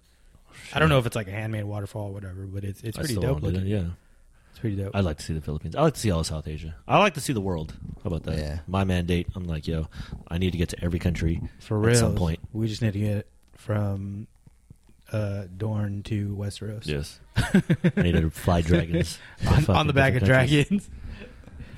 B: I don't know if it's like a handmade waterfall or whatever, but it's it's
C: I
B: pretty
C: still
B: dope
C: wanna do
B: looking.
C: that, Yeah,
B: It's pretty dope.
C: I'd like to see the Philippines. I like to see all of South Asia. I like to see the world. How about that?
D: Yeah.
C: My mandate. I'm like, yo, I need to get to every country
B: For real,
C: at some point.
B: we just need to get it from uh, Dorn to Westeros.
C: Yes. I need to fly dragons to
B: on, on
C: fucking
B: the back of
C: different countries.
B: dragons.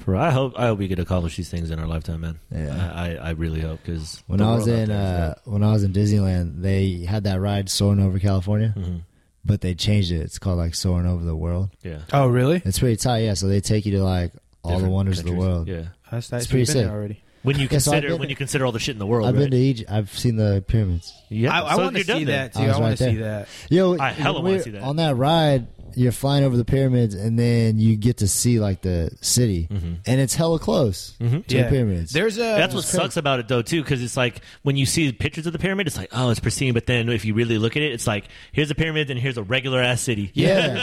C: For I hope I hope we could accomplish these things in our lifetime, man.
D: Yeah.
C: I, I, I really hope because
D: When I was in uh, when I was in Disneyland, they had that ride soaring over California,
C: mm-hmm,
D: but they changed it. It's called like soaring over the world.
C: yeah,
B: Oh, really?
D: It's pretty tight, yeah. So they take you to like all
C: Different
D: the wonders of the
C: countries.
D: world.
C: Yeah,
B: That's nice.
D: It's pretty
B: You've been there
D: sick.
B: already.
C: when you
D: Yeah, so I've
C: consider
D: been
C: when
D: to-
C: you consider all the shit in the world,
D: I've
C: right?
D: been to Egypt. I've seen the pyramids.
C: yeah,
B: I, I
C: so
B: want
C: you're
B: to
C: done
B: see
C: then.
B: that too.
D: I was
B: I want
D: right
B: to see
D: there.
B: that.
D: Yo,
C: I hella
D: we're-
C: wanna see that.
D: on that ride. You're flying over the pyramids, and then you get to see like the city,
C: Mm-hmm.
D: and it's hella close to
B: yeah.
D: the pyramids.
B: There's a
C: That's what sucks about it though too, because it's like when you see pictures of the pyramid, it's like oh, it's pristine. But then if you really look at it, it's like here's a pyramid and here's a regular ass city.
D: yeah,
B: Yeah.
D: I, I
B: I've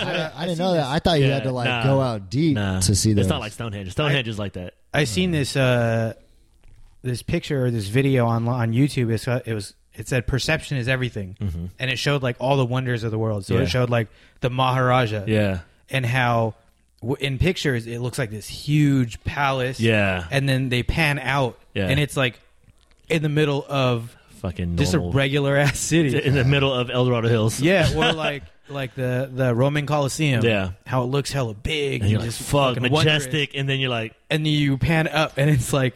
D: didn't
B: seen
D: know that.
B: this.
D: I thought you
C: Yeah,
D: had to like
C: nah.
D: go out deep
C: Nah,
D: to see those.
C: It's not like Stonehenge. Stonehenge is like that.
B: I seen this uh, this picture or this video on on YouTube. It's, uh, it was it said perception is everything, and it showed like all the wonders of the world. So
C: Mm-hmm. Yeah.
B: it showed like the Maharaja,
C: Yeah,
B: and how w- in pictures it looks like this huge palace,
C: Yeah.
B: and then they pan out,
C: Yeah.
B: and it's like in the middle of
C: fucking
B: just
C: normal.
B: a regular ass city,
C: in the middle of El Dorado Hills.
B: yeah, or like. Like the the Roman Colosseum,
C: Yeah.
B: how it looks hella big,
C: and you're like, fuck,
B: fucking wondrous."
C: majestic, and then you're like,
B: and you pan up and it's like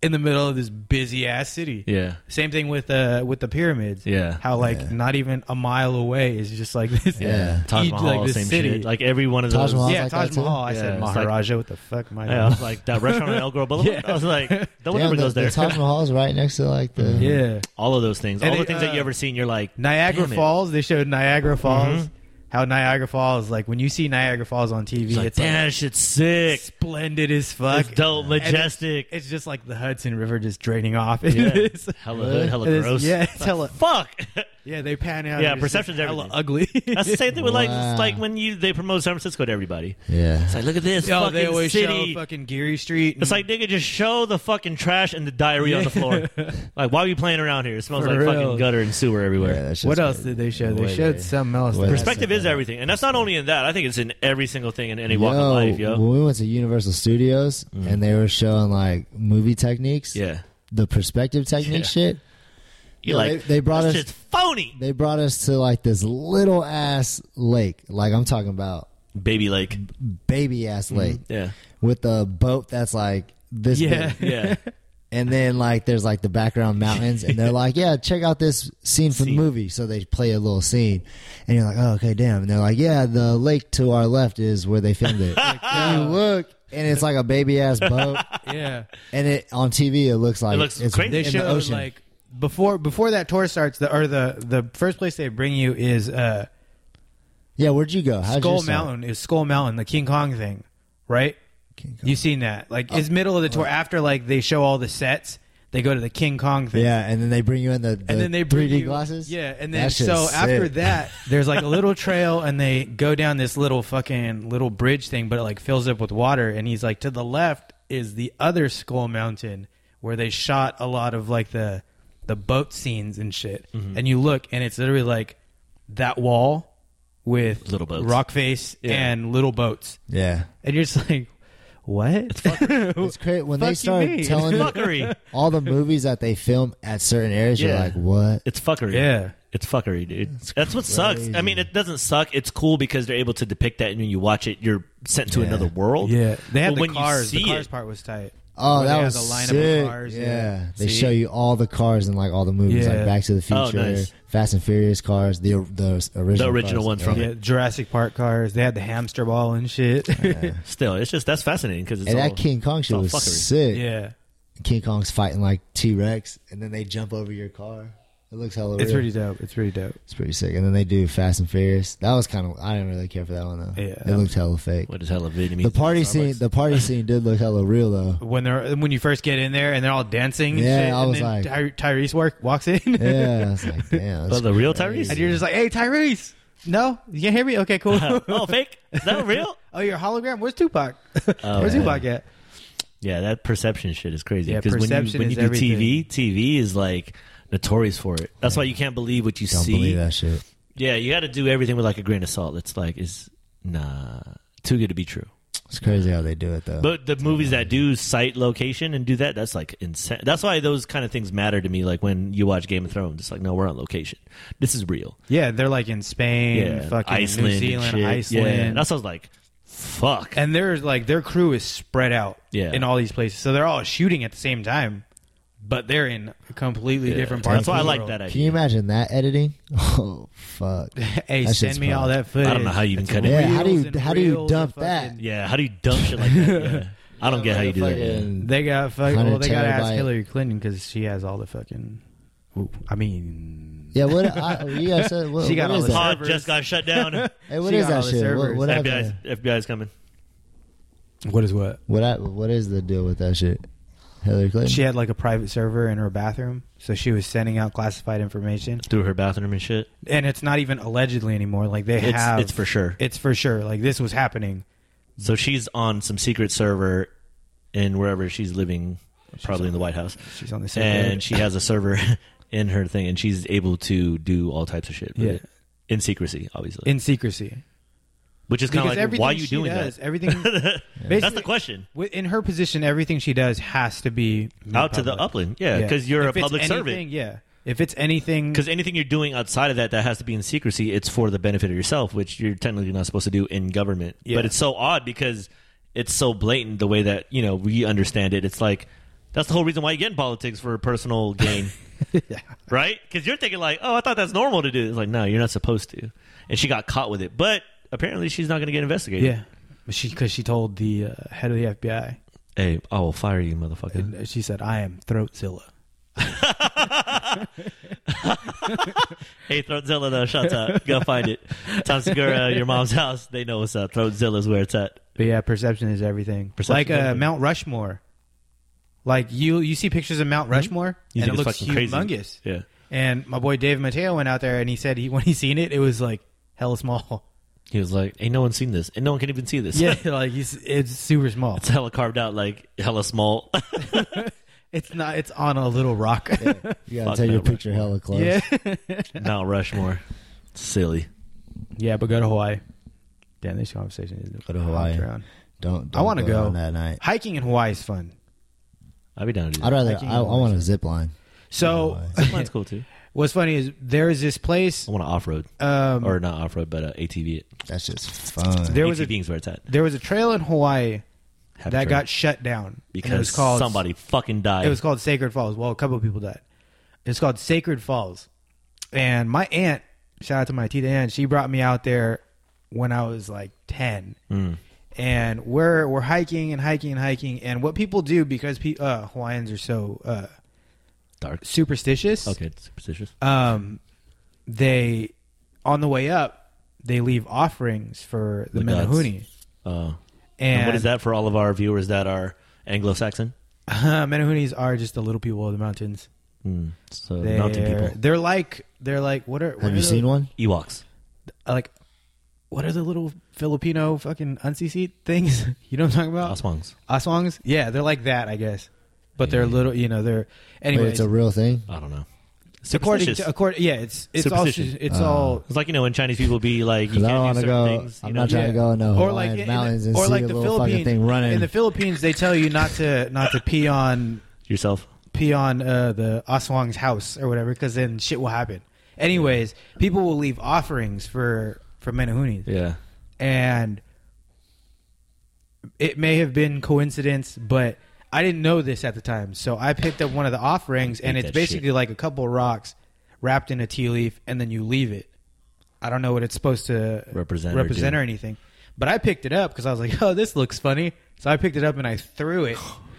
B: in the middle of this busy ass city.
C: yeah,
B: Same thing with uh with the pyramids.
C: Yeah.
B: How like not even a mile away is just like this.
D: Yeah.
C: Taj
B: huge,
C: Mahal,
B: like this
C: same
B: city.
C: shit. Like every one of
D: Taj
C: those.
D: Mahal.
B: yeah,
D: like that
B: Taj
D: too?
B: Mahal. I said
C: Yeah, it's like-
B: Maharaja. what the fuck, my
C: Yeah, I was like that restaurant on El Grove Boulevard. I was like, no one
D: Damn,
C: ever
D: the,
C: goes there.
D: the Taj Mahal is right next to like the
B: yeah.
C: All of those things,
B: And
C: all the
B: they,
C: things that
B: uh,
C: you ever seen, you're like
B: Niagara
C: damn it. Mm-hmm.
B: Falls. They showed Niagara Falls. How Niagara Falls, like when you see Niagara Falls on TV,
C: It's like,
B: it's
C: damn,
B: like
C: that shit's sick.
B: splendid as fuck.
C: It's dope,
B: And it's-
C: majestic.
B: It's, just like the Hudson River just draining off.
C: Yeah.
B: into this.
C: hella hood, hella
B: It is-
C: gross.
B: Yeah, it's hella.
C: Fuck.
B: Yeah, they pan out.
C: Yeah,
B: and it's just
C: perception's
B: hella
C: everything.
B: Ugly.
C: That's the same thing with like
D: Wow.
C: it's like when you they promote San Francisco to everybody.
D: yeah.
C: It's like look at this
B: Yo,
C: fucking
B: they always
C: city.
B: show fucking Geary Street. and-
C: it's like nigga, just show the fucking trash and the diarrhea on the floor. like why are you playing around here? It smells
B: For
C: like
B: real.
C: fucking gutter and sewer everywhere.
D: Yeah, that shit's
B: what else
D: crazy.
B: did they show? They
D: Way
B: showed
D: gay.
B: something else.
D: Way
B: that-
D: gay.
C: Perspective is everything, and that's not only in that. I think it's in every single thing in any walk
D: Yo,
C: of life, yo. Mm.
D: When we went to Universal Studios and they were showing like movie techniques,
C: Yeah,
D: the perspective technique
C: Yeah.
D: shit.
C: you
D: Yo,
C: like
D: they- they brought
C: this
D: us-
C: shit's phony,
D: They brought us to like this little ass lake, like I'm talking about
C: baby. Like
D: baby ass
C: Mm-hmm.
D: lake,
C: yeah,
D: with a boat that's like this
B: Yeah.
D: big.
C: yeah.
D: And then like there's like the background mountains, and they're like, yeah, check out this scene from
C: Scene.
D: the movie. So they play a little scene, and you're like, oh, okay, damn. And they're like, yeah, the lake to our left is where they filmed it. and you look, and it's like a baby ass boat,
B: yeah,
D: and it on TV it looks like
C: looks
D: it's
C: crazy.
B: they
D: in the
B: showed
D: ocean.
B: like before before that tour starts. The or the the first place they bring you is uh,
D: yeah, where'd you go? How'd you
B: Skull
D: start?
B: Mountain. Is Skull Mountain the King Kong thing, right?
D: King Kong. Oh.
B: You've seen that? Like, it's middle of the tour after like they show all the sets. They go to the King Kong thing.
D: Yeah, and then they bring you in the, the
B: and then they
D: 3D
B: bring you-
D: glasses.
B: Yeah, and then
D: That shit's
B: so after
D: sick.
B: that, there's like a little trail, and they go down this little fucking little bridge thing, but it like fills up with water. And he's like, to the left is the other Skull Mountain where they shot a lot of like the the boat scenes and shit.
D: Mm-hmm.
B: And you look, and it's literally like that wall with
C: Little boats.
B: rock face,
C: Yeah.
B: and little boats,
D: yeah,
B: and you're just like, what?
D: it's crazy when
B: Fuck
D: they
B: you
D: start
B: mean?
D: telling you
C: fuckery.
D: all the movies that they film at certain areas. You're
C: Yeah.
D: like, what?
C: It's fuckery.
B: Yeah.
C: It's fuckery, dude. That's what sucks. I
D: crazy.
C: mean, it doesn't suck. It's cool because they're able to depict that, and when you watch it, you're sent to
D: Yeah.
C: another world.
B: yeah, they had
C: But
B: the
C: when you
B: cars. The
C: see
B: cars
C: it-
B: part was tight.
D: Oh,
B: Where they
D: that
B: had
D: was
B: the lineup of
D: sick.
B: cars,
D: yeah.
B: yeah.
D: they
B: See?
D: show you all the cars in like all the movies,
B: Yeah.
D: like Back to the
C: Oh,
D: Future,
C: nice.
D: Fast and Furious cars, the the original,
C: The original
D: cars.
C: ones from
B: Yeah, Jurassic Park cars. They had the hamster ball and shit.
C: Still, it's just that's fascinating because it's
D: And
C: all,
D: that King Kong shit
C: all
D: was
C: fuckery.
D: sick.
B: yeah.
D: King Kong's fighting like T Rex, and then they jump over your car. It looks hella.
B: It's
D: real.
B: pretty dope. It's pretty dope.
D: It's pretty sick. And then they do Fast and Furious. That was kind of. I didn't really care for that one though.
B: Yeah.
D: it looked hella fake.
C: What is hella Vietnamese?
D: The party
C: Starbucks.
D: scene. The party scene did look hella real though.
B: When they're when you first get in there and they're all dancing. and
D: Yeah,
B: shit,
D: I
B: and
D: was
B: then
D: like-
B: Ty- Tyrese work walks in.
D: Yeah, I was like, damn.
C: Oh,
D: that's
C: the real
D: crazy.
C: Tyrese?
B: and you're just like, "Hey, Tyrese, no, you can't hear me. Okay, cool.
C: oh, fake? Is that real?
B: oh, you're a hologram. Where's Tupac?
C: Oh,
B: Where's
C: yeah.
B: Tupac at?
C: Yeah, that perception shit is crazy.
B: Yeah,
C: Because when you
B: perception
C: when you
B: is
C: do TV, TV is like notorious for it. That's why you can't believe what you
D: Don't
C: see.
D: believe that shit.
C: Yeah, you got to do everything with like a grain of salt. It's like is nah, too good to be true.
D: It's crazy how they do it though.
C: But the movies that do cite location and do that, that's like insane. That's why those kind of things matter to me. Like when you watch Game of Thrones, it's like no, we're on location. This is real.
B: Yeah, they're like in Spain,
C: Yeah,
B: fucking
C: Iceland,
B: New
C: and
B: Zealand,
C: shit. Yeah,
B: Iceland.
C: that sounds like fuck.
B: and there's like their crew is spread out
C: Yeah.
B: in all these places, so they're all shooting at the same time, but they're in completely
C: Yeah.
B: different parts.
C: That's why I
B: of the
C: like
B: world.
C: that idea.
D: Can you imagine that editing? Oh fuck!
B: hey,
D: That shit's
B: send me all
D: fun.
B: that footage.
C: I don't know how you even
B: It's
C: cut it.
D: Yeah, how do
B: reels
D: you-
B: and
D: how do you
B: reels of
D: dump that?
B: fucking-
C: Yeah, how do you dump shit like that? Yeah. I don't get how you do that. Yeah.
D: Fucking-
B: They got fuck, well,
D: 100
B: they got to ask
D: terabyte.
B: Hillary Clinton because she has all the fucking. Ooh, I mean,
D: Yeah, what? I, you guys said what,
B: She got
D: what
B: all
D: is
B: the
D: that?
C: Pod just got shut down.
D: Hey, what
B: she
D: is
B: got all the
D: that shit? What,
B: servers.
D: what
C: FBI's,
D: happened?
C: FBI's coming.
B: what is what?
D: What, hap- what is the deal with that shit? Hillary Clinton.
B: She had like a private server in her bathroom, so she was sending out classified information.
C: Through her bathroom and shit.
B: and it's not even allegedly anymore. Like they
C: It's,
B: have,
C: it's for sure.
B: it's for sure. Like this was happening.
C: So she's on some secret server in wherever she's living, probably in the White House.
B: She's on the same.
C: And
B: road.
C: she has a server in her thing, and she's able to do all types of shit. with
B: Yeah.
C: it. In secrecy, obviously.
B: in secrecy.
C: Which is kind
B: Because
C: of like,
B: everything
C: why are you
B: she
C: doing
B: does,
C: that?
B: everything
C: That's the
B: basically
C: question.
B: wi- in her position, everything she does has to be made
C: Out to the
B: public.
C: upland. Yeah, because you're
B: If
C: a
B: it's
C: public servant.
B: anything, Yeah, if it's anything,
C: Because anything you're doing outside of that that has to be in secrecy, it's for the benefit of yourself, which you're technically not supposed to do in government.
B: Yeah.
C: But it's so odd because it's so blatant the way that you know we understand it. It's like that's the whole reason why you get in politics for personal gain,
B: yeah.
C: right? Because you're thinking like, oh, I thought that's normal to do. It's like no, you're not supposed to. And she got caught with it, but apparently she's not going to get investigated.
B: yeah. But She because she told the uh, head of the FBI,
C: Hey, I will fire you, motherfucker.
B: and uh, she said, "I am Throatzilla."
C: hey, Throatzilla, though, shots out. Go find it. Tom Segura, your mom's house. They know what's up. Throatzilla's where it's at.
B: But yeah, perception is everything.
C: Perception
B: like
C: is
B: uh,
C: everything.
B: Mount Rushmore. Like you, you see pictures of Mount Rushmore,
C: You
B: and it
C: think
B: looks
C: it's fucking crazy.
B: humongous.
C: Yeah.
B: And my boy Dave Mateo went out there and he said he when he seen it, it was like hell small.
C: He was like, "Ain't no one seen this, and no one can even see this."
B: Yeah, like he's, it's super small.
C: it's hella carved out, like hella small.
B: It's not. It's on a little rock.
D: You gotta
C: Fuck
D: take your
C: that,
D: picture hella close.
B: yeah,
C: Mount Rushmore, silly.
B: yeah. But go to Hawaii. Damn, this conversation is
D: Go to Hawaii.
B: Around.
D: Don't.
B: I want to go
D: on that night.
B: Hiking in Hawaii is fun.
C: I'd be down to do
D: I'd
C: that.
D: rather.
B: Hiking
D: I, I
B: and
D: want a zip line.
B: So,
C: Mine's cool too.
B: what's funny is there is this place.
C: I want to off road,
B: Um,
C: or not off road, but uh, ATV. It.
D: That's just fun.
B: There
C: There
B: was
C: was
B: a-
C: ATVing's where it's at.
B: there was a trail in Hawaii
C: Happy
B: that
C: trail.
B: got shut down
C: because
B: and it was called
C: somebody fucking died.
B: It was called Sacred Falls. Well, a couple of people died. It's called Sacred Falls. And my aunt, shout out to my Tita Ann, she brought me out there when I was like 10.
C: Mm.
B: And we're, we're hiking and hiking and hiking. And what people do, because pe- uh, Hawaiians are so uh,
C: dark.
B: superstitious,
C: Okay, it's superstitious.
B: um, they, on the way up, they leave offerings for the,
C: The gods.
B: Menahuni.
C: Uh, and,
B: And,
C: what is that for all of our viewers that are Anglo-Saxon?
B: Menahunis are just the little people of the mountains.
C: Mm, so
B: They're,
C: mountain people,
B: they're like they're like what are what
D: Have
B: are
D: you
B: those-
D: seen one?
C: Ewoks.
B: like what are the little Filipino fucking uncc'd things? You know what I'm talking about?
C: Oswangs.
B: Aswangs? Yeah, they're like that, I guess. But they're
C: Yeah.
B: little, you know. They're
D: Wait,
B: anyway.
D: it's a real thing.
C: I don't know.
B: according
C: Superstitious.
B: to according, yeah, it's it's all
C: Superstition.
B: it's all
C: it's like you know when Chinese people be like, you
D: Because I don't
C: can't
D: want
C: do
D: to
C: certain
D: go.
C: things. you
D: I'm
C: know?
D: not trying
B: Yeah.
D: to go in the Hawaiian
B: in the-
D: mountains and
B: or
D: see
B: like
D: a
B: the
D: little fucking
B: Philippines.
D: thing running.
B: In the Philippines, they tell you not to not to pee on
C: Yourself.
B: pee on uh, the Aswang's house or whatever, because then shit will happen. Anyways, people will leave offerings for for Menahunis.
C: Yeah.
B: and it may have been coincidence, but I didn't know this at the time. So I picked up one of the offerings, and
C: Hate
B: it's
C: that shit.
B: basically like a couple rocks wrapped in a tea leaf, and then you leave it. I don't know what it's supposed to
C: Represent or
B: represent
C: do.
B: or anything, but I picked it up because I was like, "Oh, this looks funny." So I picked it up and I threw it.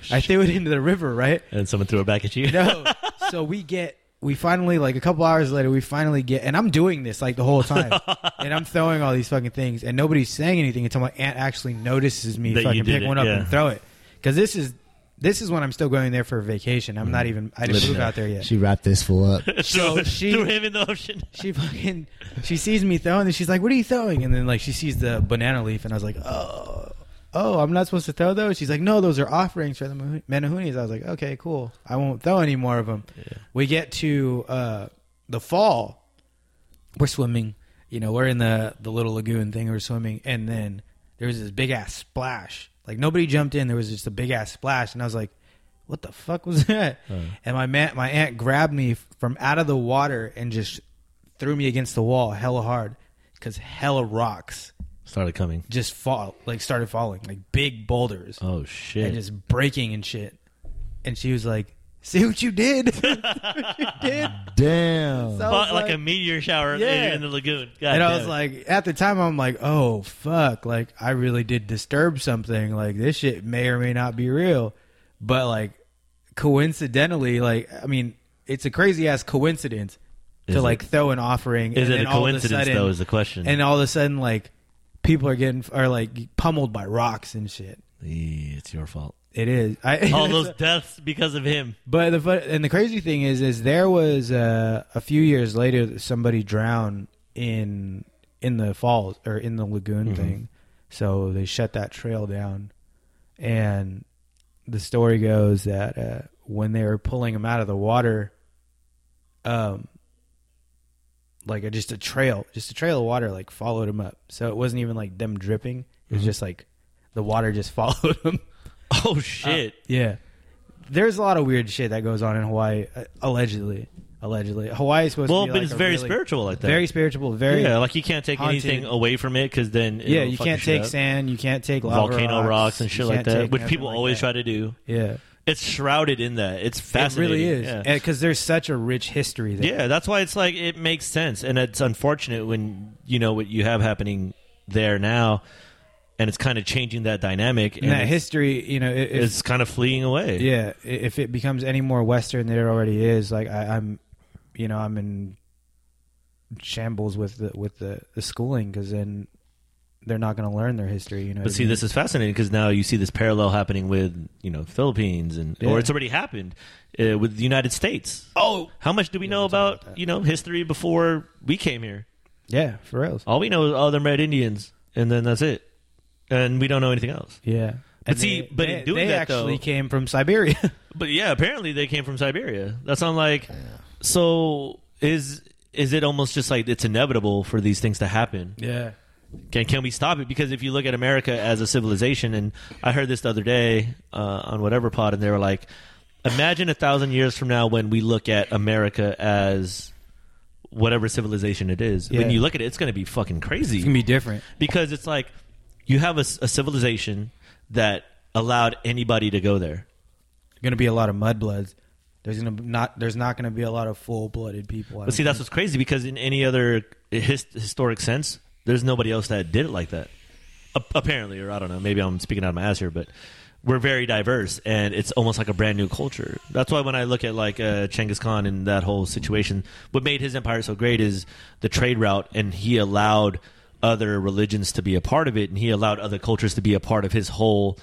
B: I threw it into the river, right?
C: And someone threw it back at you.
B: No. so we get we finally like a couple hours later we finally get and I'm doing this like the whole time. and I'm throwing all these fucking things and nobody's saying anything until my aunt actually notices me
C: That you
B: fucking
C: did
B: pick
C: it,
B: one up
C: yeah.
B: and throw it. Cuz this is this is when I'm still going there for vacation. I'm not even I didn't
C: Mm-hmm. Living
B: move
C: there.
B: out there yet.
D: She wrapped this fool up.
B: So
C: threw,
B: she-
C: threw him in the ocean.
B: She fucking she sees me throwing and she's like, "What are you throwing?" And then like she sees the banana leaf and I was like, "Oh." oh, I'm not supposed to throw those. She's like, no, those are offerings for the Mahu- Manahunis. I was like, okay, cool. I won't throw any more of them. We get to uh, the fall. We're swimming. You know, we're in the, the little lagoon thing. We're swimming. And then there was this big ass splash. Like, nobody jumped in. There was just a big ass splash. And I was like, what the fuck was that? And my, man, my aunt grabbed me from out of the water and just threw me against the wall hella hard because hella rocks
C: Started coming.
B: just fall like started falling like big boulders
C: Oh
B: and
C: shit!
B: just breaking and shit and she was like see what you did See what you did
D: Damn.
B: So I was
C: Fuck, like, a meteor shower in-
B: Yeah.
C: in the lagoon. God
B: and i
C: damn
B: was
C: it.
B: like at the time i'm like oh fuck like i really did disturb something like this shit may or may not be real but like coincidentally like i mean it's a crazy ass coincidence
C: Is
B: to
C: it-
B: like throw an offering
C: is
B: and
C: it
B: then
C: a
B: all of
C: coincidence
B: sudden-
C: though? Is the question.
B: and all of a sudden like people are getting are like pummeled by rocks and shit
C: Eh, it's your fault.
B: It is. I,
C: All those deaths because of him.
B: But the fun, and the crazy thing is, is there was uh, a few years later somebody drowned in in the falls or in the lagoon thing, so they shut that trail down. And the story goes that uh, when they were pulling him out of the water, um, like a, just a trail, just a trail of water, like followed him up. So it wasn't even like them dripping; it was just like the water just followed him.
C: Oh
B: Uh,
C: shit!
B: Yeah. There's a lot of weird shit that goes on in Hawaii, uh, allegedly. Allegedly, Hawaii is supposed
C: well,
B: to be
C: but
B: like
C: it's
B: a
C: very
B: really-
C: spiritual like that.
B: very spiritual, very
C: yeah, like you can't take
B: haunted.
C: anything away from it because then it'll
B: yeah. You
C: fuck
B: can't
C: your shit
B: take
C: up.
B: sand, you can't take lava
C: volcano rocks, and
B: you
C: shit like
B: can't
C: that,
B: take
C: which
B: nothing
C: people
B: like
C: always
B: that.
C: try to do.
B: Yeah,
C: It's shrouded in that. It's
B: it
C: fascinating.
B: really is
C: Yeah.
B: because there's such a rich history there.
C: Yeah, that's why it's like it makes sense, and it's unfortunate when you know what you have happening there now, and it's kind of changing that dynamic, and,
B: and that
C: it's,
B: history, you know, it,
C: it's kind of fleeing away.
B: yeah i- if it becomes any more western than it already is like I, i'm you know i'm in shambles with the with the, the schooling because then they're not going to learn their history you know
C: But see, this is fascinating because now you see this parallel happening with you know Philippines, and
B: Yeah.
C: or it's already happened uh, with the United States.
B: oh
C: How much do we know
B: we'll talk
C: about,
B: about that.
C: you know history before we came here?
B: yeah for reals
C: All we know is oh, they're Red Indians, and then that's it, and we don't know anything else.
B: yeah
C: But see, but in
B: they,
C: doing
B: they
C: that,
B: actually
C: though-
B: came from siberia
C: But yeah, apparently they came from Siberia. That's not like so is is it almost just like it's inevitable for these things to happen?
B: yeah
C: Can can we stop it? Because if you look at America as a civilization, and I heard this the other day uh, on whatever pod, and they were like, imagine a thousand years from now when we look at America as whatever civilization it is.
B: Yeah.
C: When you look at it, it's going to be fucking crazy
B: it's going to be different
C: because it's like you have a, s- a civilization that allowed anybody to go there.
B: going to be a lot of mudbloods there's going to not there's not going to be a lot of full-blooded people I
C: But see,
B: don't
C: that's what's crazy because in any other his, historic sense, there's nobody else that did it like that. A- apparently, or I don't know. Maybe I'm speaking out of my ass here, but we're very diverse, and it's almost like a brand new culture. That's why when I look at like uh, Genghis Khan and that whole situation, what made his empire so great is the trade route, and he allowed other religions to be a part of it, and he allowed other cultures to be a part of his whole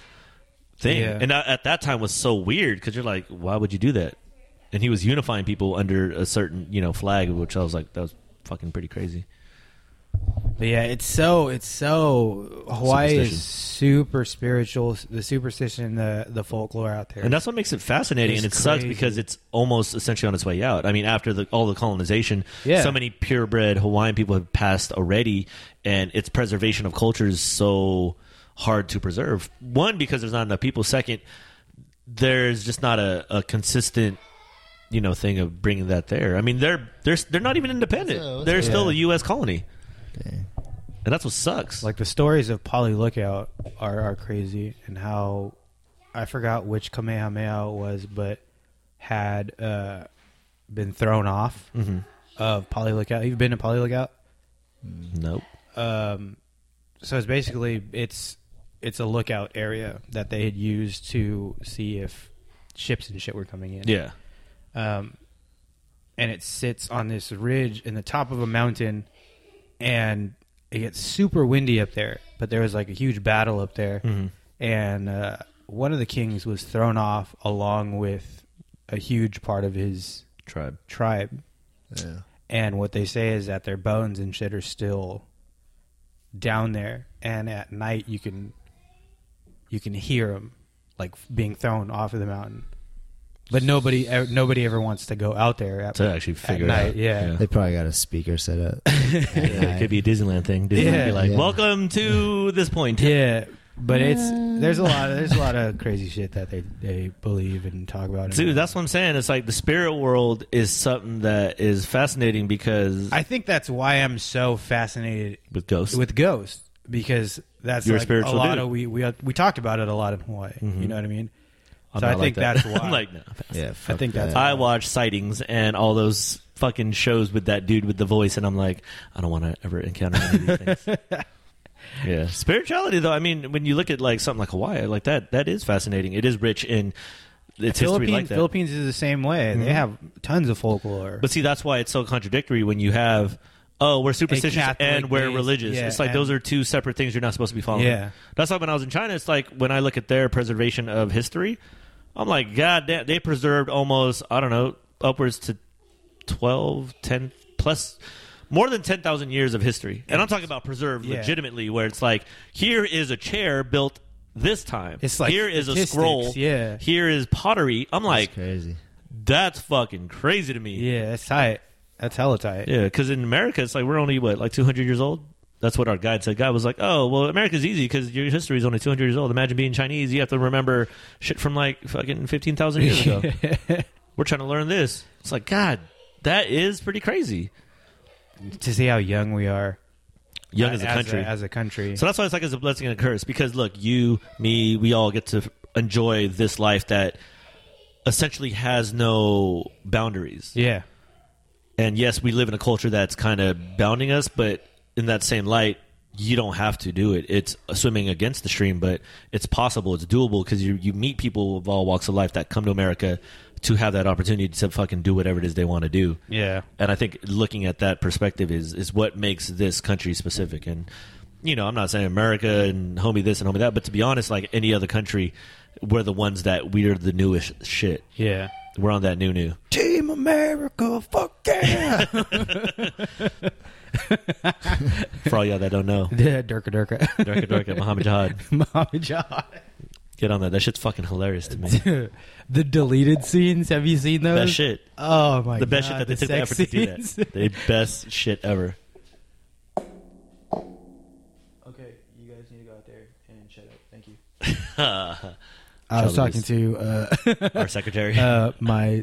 C: thing.
B: Yeah.
C: And that, at that time was so weird because you're like, why would you do that? And he was unifying people under a certain you know flag, which I was like, that was fucking pretty crazy.
B: But yeah, it's so it's so Hawaii
C: Superstition.
B: is super spiritual. The superstition, the the folklore out there.
C: And that's what makes it fascinating,
B: It's
C: and it sucks
B: crazy.
C: because it's almost essentially on its way out. I mean, after the, all the colonization,
B: Yeah.
C: so many purebred Hawaiian people have passed already, and its preservation of culture is so hard to preserve. One, because there's not enough people. Second, there's just not a, a consistent, you know, thing of bringing that there. I mean, they're they're they're not even independent.
D: What's up? What's
C: they're
D: up?
C: still a U.S. colony,
D: Damn.
C: and that's what sucks.
B: like the stories of Polly Lookout are are crazy, and how I forgot which Kamehameha it was, but had uh, been thrown off of Polly Lookout. You've been to Polly Lookout?
C: nope.
B: um, so it's basically it's it's a lookout area that they had used to see if ships and shit were coming in.
C: Yeah.
B: um, and it sits on this ridge in the top of a mountain, and it gets super windy up there. But there was like a huge battle up there, and uh, one of the kings was thrown off along with a huge part of his
C: Tribe.
B: tribe.
D: Yeah.
B: And what they say is that their bones and shit are still down there, and at night you can you can hear them like being thrown off of the mountain. But nobody, ev- nobody ever wants to go out there at,
C: To actually figure
B: at
C: it
B: night.
C: out.
B: Yeah.
D: They probably got a speaker set up.
C: it could be a Disneyland thing. Disneyland
B: Yeah.
C: would be like,
D: Yeah.
C: "Welcome to this point."
B: Yeah, but it's there's a lot there's a lot of crazy shit that they they believe and talk about.
C: Dude, that's what I'm saying. It's like the spirit world is something that is fascinating because
B: I think that's why I'm so fascinated
C: with ghosts,
B: with ghosts because that's
C: You're a
B: like a
C: spiritual
B: lot
C: dude. Mm-hmm.
B: of we we we talked about it a lot in Hawaii. You know what I mean?
C: I'm
B: so I
C: not like
B: think
C: that.
B: that's why.
C: I'm like, no.
D: yeah,
B: I think that's-
C: I watch sightings and all those fucking shows with that dude with the voice, and I'm like, I don't want to ever encounter any of these things. yeah, spirituality though. I mean, when you look at like something like Hawaii, like that, that is fascinating. It is rich in its history,
B: Philippines
C: like that. Mm-hmm.
B: Philippines is the same way. They have tons of folklore.
C: But see, that's why it's so contradictory when you have, oh, we're superstitious
B: Catholic
C: and we're
B: base,
C: religious.
B: yeah,
C: it's like
B: and-
C: those are two separate things you're not supposed to be following.
B: Yeah.
C: That's why when I was in China, it's like when I look at their preservation of history, I'm like, God damn, they preserved almost, I don't know, upwards to 12, 10 plus. More than 10,000 years of history. And I'm talking about preserved
B: Yeah.
C: legitimately, where it's like, here is a chair built this time.
B: It's like
C: here is a
B: statistics,
C: scroll.
B: yeah.
C: Here is pottery. I'm like,
D: That's crazy.
C: that's fucking crazy to me.
B: yeah, that's tight. That's hella tight.
C: Yeah, because in America, it's like we're only what like 200 years old. That's what our guide said. Guy was like, "Oh, well, America's easy because your history is only 200 years old. Imagine being Chinese; you have to remember shit from like fucking 15,000 years ago. we're trying to learn this. It's like, God, that is pretty crazy.
B: to see how young we are.
C: Young as a country.
B: as a country.
C: so that's why it's like it's a blessing and a curse because look, you, me, we all get to f- enjoy this life that essentially has no boundaries.
B: yeah.
C: And yes, we live in a culture that's kind of bounding us, but in that same light, you don't have to do it. It's swimming against the stream, but it's possible. It's doable because you you meet people of all walks of life that come to America to have that opportunity to fucking do whatever it is they want to do.
B: Yeah.
C: And I think looking at that perspective is is what makes this country specific. And you know, I'm not saying America and homie this and homie that, but to be honest, like any other country, we're the ones that we're the newest shit.
B: Yeah.
C: We're on that new new.
B: Team America, fuck yeah.
C: For all y'all that don't know,
B: yeah, Durka Durka.
C: Durka Durka, Muhammad Jihad.
B: Muhammad Jihad.
C: Get on that. That shit's fucking hilarious to me.
B: the deleted scenes. Have you seen those?
C: Best shit.
B: Oh my!
C: The best
B: God,
C: shit that they
B: the
C: took the
B: sex
C: effort to do that.
B: scenes.
C: The best shit ever.
B: okay, you guys need to go out there and shut up. Thank you.
C: Our
B: I was
C: Tell
B: talking to uh,
C: secretary.
B: uh, my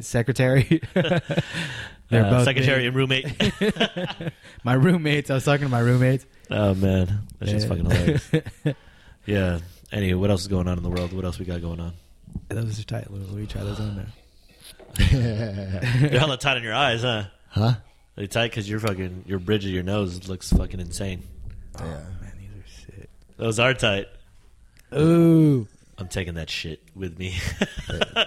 B: secretary. They're
C: Uh,
B: both
C: secretary
B: big.
C: and roommate.
B: My roommates. I was talking to my roommates.
C: oh, man. That shit's
B: Yeah.
C: fucking hilarious. Yeah. Anyway, what else is going on in the world? What else we got going on?
B: Those are tight. Louis. We try those on there.
C: You're hella tight on your eyes, huh?
D: huh?
C: They tight because your fucking your bridge of your nose looks fucking insane.
D: Yeah.
B: Man, these are sick.
C: Those are tight.
B: Ooh.
C: I'm taking that shit with me.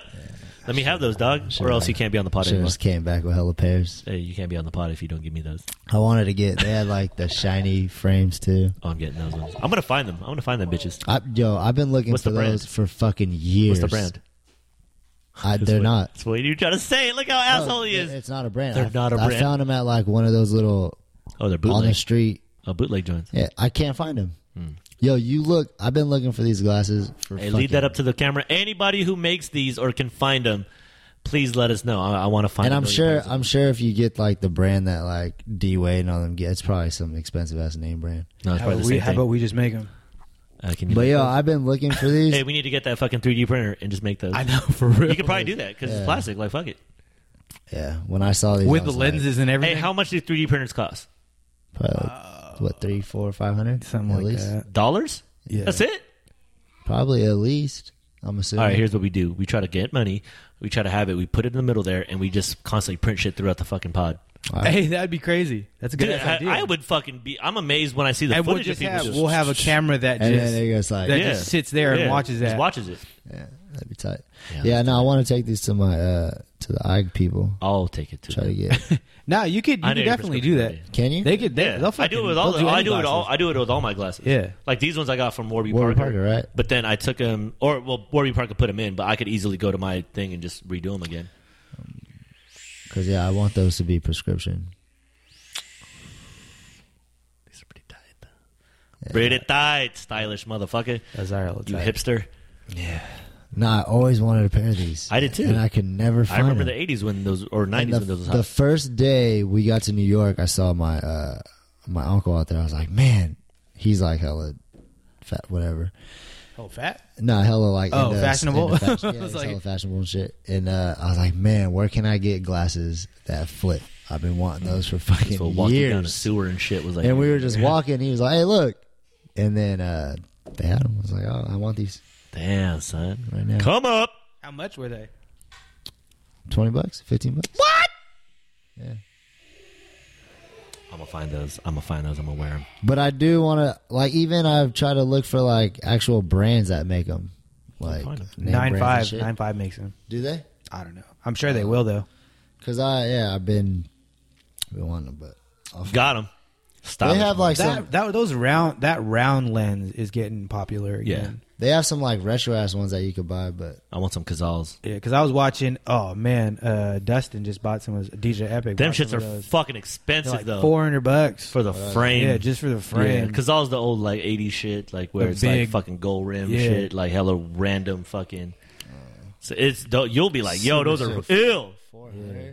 C: Let me have those, dog,
D: Sure.
C: or else you can't be on the pod
D: Should
C: anymore.
D: just came back with hella pairs.
C: Hey, you can't be on the pod if you don't give me those.
D: I wanted to get. They had like the shiny frames too.
C: Oh, I'm getting those ones. I'm gonna find them. I'm gonna find them, bitches.
D: I, yo, I've been looking
C: What's
D: for
C: the brand?
D: those for fucking years.
C: What's the brand?
D: I, they're
C: That's what-
D: not.
C: That's what you're trying to say. Look how
D: No,
C: asshole he
D: it-
C: is.
D: It's not a brand.
C: They're
D: I,
C: not a
D: I
C: brand.
D: found them at like one of those little
C: Oh, they're
D: on the
C: bootleg.
D: street.
C: oh, bootleg joints.
D: Yeah, I can't find them. Yo, you look. I've been looking for these glasses for.
C: Hey, lead
D: fucking-
C: that up to the camera. Anybody who makes these or can find them, please let us know. I, I want to find.
D: And
C: a
D: I'm
C: million
D: sure.
C: pairs of-
D: I'm sure if you get like the brand that like D Wade and all them get, it's probably some expensive ass name brand.
C: no, it's
B: How
C: probably
B: about,
C: the
B: we,
C: same
B: how
C: thing.
B: about we just make them?
C: Uh, can you
D: But
C: make
D: yo,
C: those?
D: I've been looking for these.
C: hey, we need to get that fucking 3D printer and just make those.
B: I know for real.
C: You could probably do that because
D: Yeah.
C: it's plastic. Like fuck it.
D: yeah, when I saw these
B: with
D: I
B: the
D: was like,
B: lenses and
C: Hey,
B: everything.
C: how much do 3D printers cost?
D: probably like, what three, four, five hundred,
B: Something
D: at
B: like
D: least.
B: that.
C: Dollars?
B: Yeah.
C: That's it.
D: Probably at least. I'm
C: All
D: assuming.
C: right, here's what we do. We try to get money. We try to have it. We put it in the middle there, and we just constantly print shit throughout the fucking pod.
D: All right.
B: Hey, that'd be crazy. That's a good
C: Dude,
B: ass idea.
C: I, I would fucking be. I'm amazed when I see the
B: and we'll
C: footage of
B: just
C: people.
B: have
C: just-
B: we'll have a camera that
D: and
B: just
D: then it goes like,
B: that
C: Yeah.
B: just sits there and
C: Yeah,
B: watches
C: just
B: that.
C: watches it.
D: yeah, that'd be tight.
C: Yeah,
D: Yeah, no, I want to take these to my uh to the IG people.
C: I'll take it too.
D: Try to get.
B: No, you could
C: I know
B: you could
C: your
B: definitely do that.
C: prescription
D: Can you?
B: They could. They,
C: Yeah,
B: they'll
C: I do it
B: fucking-
C: with all.
B: they'll
C: The, I
B: any
C: do it all.
B: glasses.
C: I do it with all my glasses.
B: Yeah.
C: like these ones I got from Warby,
D: Warby
C: Parker.
D: Parker, right?
C: But then I took them, or well, Warby Parker put them in, but I could easily go to my thing and just redo them again.
D: Because yeah, I want those to be prescription.
C: These are pretty tight. Braid it tight, stylish motherfucker.
B: That's our
C: You hipster.
D: Yeah. No, I always wanted a pair of these.
C: I did too.
D: And I could never find
C: I remember
D: them.
C: the '80s when those or '90s
D: And the,
C: when those was
D: the
C: hot.
D: first day we got to New York, I saw my uh, my uncle out there. I was like, man, he's like hella fat, whatever.
B: Oh, fat.
D: No, hella like
B: Oh,
D: into-
B: fashionable?
D: into fashion- yeah,
B: I was
D: he's
B: like-
D: hella fashionable and shit. And uh, I was like, man, where can I get glasses that flip? I've been wanting those for fucking
C: so walking down a
D: years.
C: sewer and shit was like.
D: and we were just walking. He was like, hey, look. And then uh, they had them. I was like, oh, I want these
C: damn son,
D: right now.
C: come up.
B: How much were they?
D: Twenty bucks, fifteen bucks. What?
C: I'm gonna find those. I'm gonna find those. I'm gonna wear them.
D: But I do want to like. Even I've tried to look for like actual brands that make them. Like
C: Find 'em.
D: name
B: Nine
D: brands and
B: five.
D: shit.
B: Nine five makes them. Um,
D: Do they?
B: I don't know. I'm sure they will though.
D: Because I yeah, I've been been wanting them, but I'll-
C: Got them. Stop.
D: they have like some.
B: That, that those round that round lens is getting popular again.
D: They have some like retro ass ones that you could buy, but
C: I want some Kazals.
B: Yeah, because I was watching. Oh man, uh, Dustin just bought some of those, DJ Epic.
C: Them
B: bought some
C: shits
B: of
C: are
B: those.
C: fucking
B: They're
C: expensive
B: like
C: though.
B: four hundred bucks
C: for the frame.
B: Yeah, just for the frame.
C: Kazal's the old like '80s shit, like where
B: The
C: it's
B: big-
C: like fucking gold rim
B: Yeah.
C: shit, like hella random fucking. So it's do- you'll be like, yo, those are
D: Super
C: ill.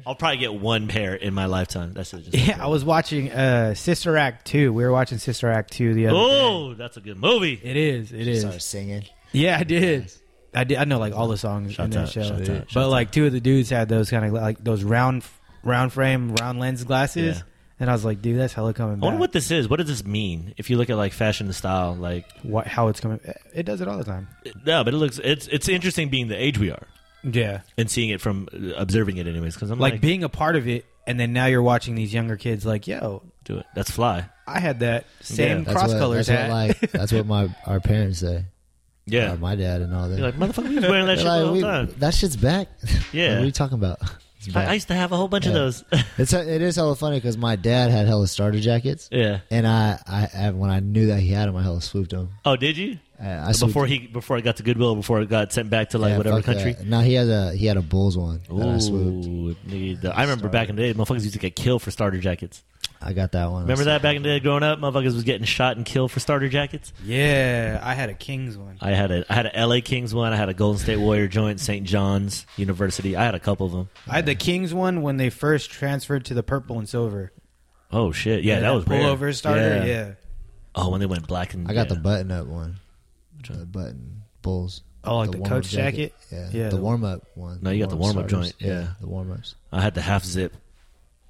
C: I'll probably get one pair in my lifetime. That's it. Just
B: yeah, I was watching uh, Sister Act two. We were watching Sister Act two the other.
C: Oh, that's a good movie.
B: It is. It is.
D: started singing.
B: Yeah, I did. I did. I know like all the songs in
C: Shouts
B: that
C: out,
B: show,
C: shouts out,
B: but
C: shouts
B: like two of the dudes had those kind of like those round, round frame, round lens glasses,
C: Yeah.
B: and I was like, dude, that's hella coming
C: I
B: back.
C: wonder what this is. What does this mean? If you look at like fashion and style, like
B: What- how it's coming? It does it all the time.
C: no, but it looks it's it's interesting being the age we are
B: Yeah,
C: and seeing it from uh, observing it anyways. Because I'm
B: like,
C: like,
B: being a part of it, and then now you're watching these younger kids. Like, yo,
C: do it. That's fly.
B: I had that same
C: Yeah.
D: That's
B: cross
D: what,
B: colors
D: that's
B: hat.
D: What, like that's what my our parents say.
C: Yeah,
D: Or Oh, my dad and all that.
C: you're like motherfucker, we was wearing that
D: They're
C: shit all
D: we-
C: the time.
D: that shit's back.
C: Yeah.
D: what are you talking about? It's
C: I, I
D: back.
C: used to have a whole bunch of
D: Yeah.
C: those.
D: It's it is hella funny because my dad had hella starter jackets,
C: yeah.
D: and I, I I- when I knew that he had them, I hella swooped them.
C: Oh, did you?
D: I, I
C: before he before it got to Goodwill, before it got sent back to like whatever country.
D: No, he had a he had a Bulls one that I swooped.
C: Ooh, nigga, the- I remember back in the day, motherfuckers used to get killed for starter jackets.
D: I got that one.
C: Remember that back in the day, growing up, motherfuckers was getting shot and killed for starter jackets.
B: yeah, I had a Kings one.
C: I had a I had a L.A. Kings one, I had a Golden State Warrior joint, St. John's University. I had a couple of them.
B: I had the Kings one when they first transferred to the purple and silver.
C: Oh shit, yeah, that was rare.
B: pullover starter. Yeah.
C: Oh, when they went black and
D: I got
C: yeah.
D: the button up one. The button Bulls.
B: Oh, like the
D: warm-up
B: coach jacket?
D: Yeah.
B: Yeah,
D: the
B: the-
D: warm up one.
C: No, you got the warm-up
D: warm-up starters.
C: joint, yeah.
D: the warm ups.
C: I had the half zip.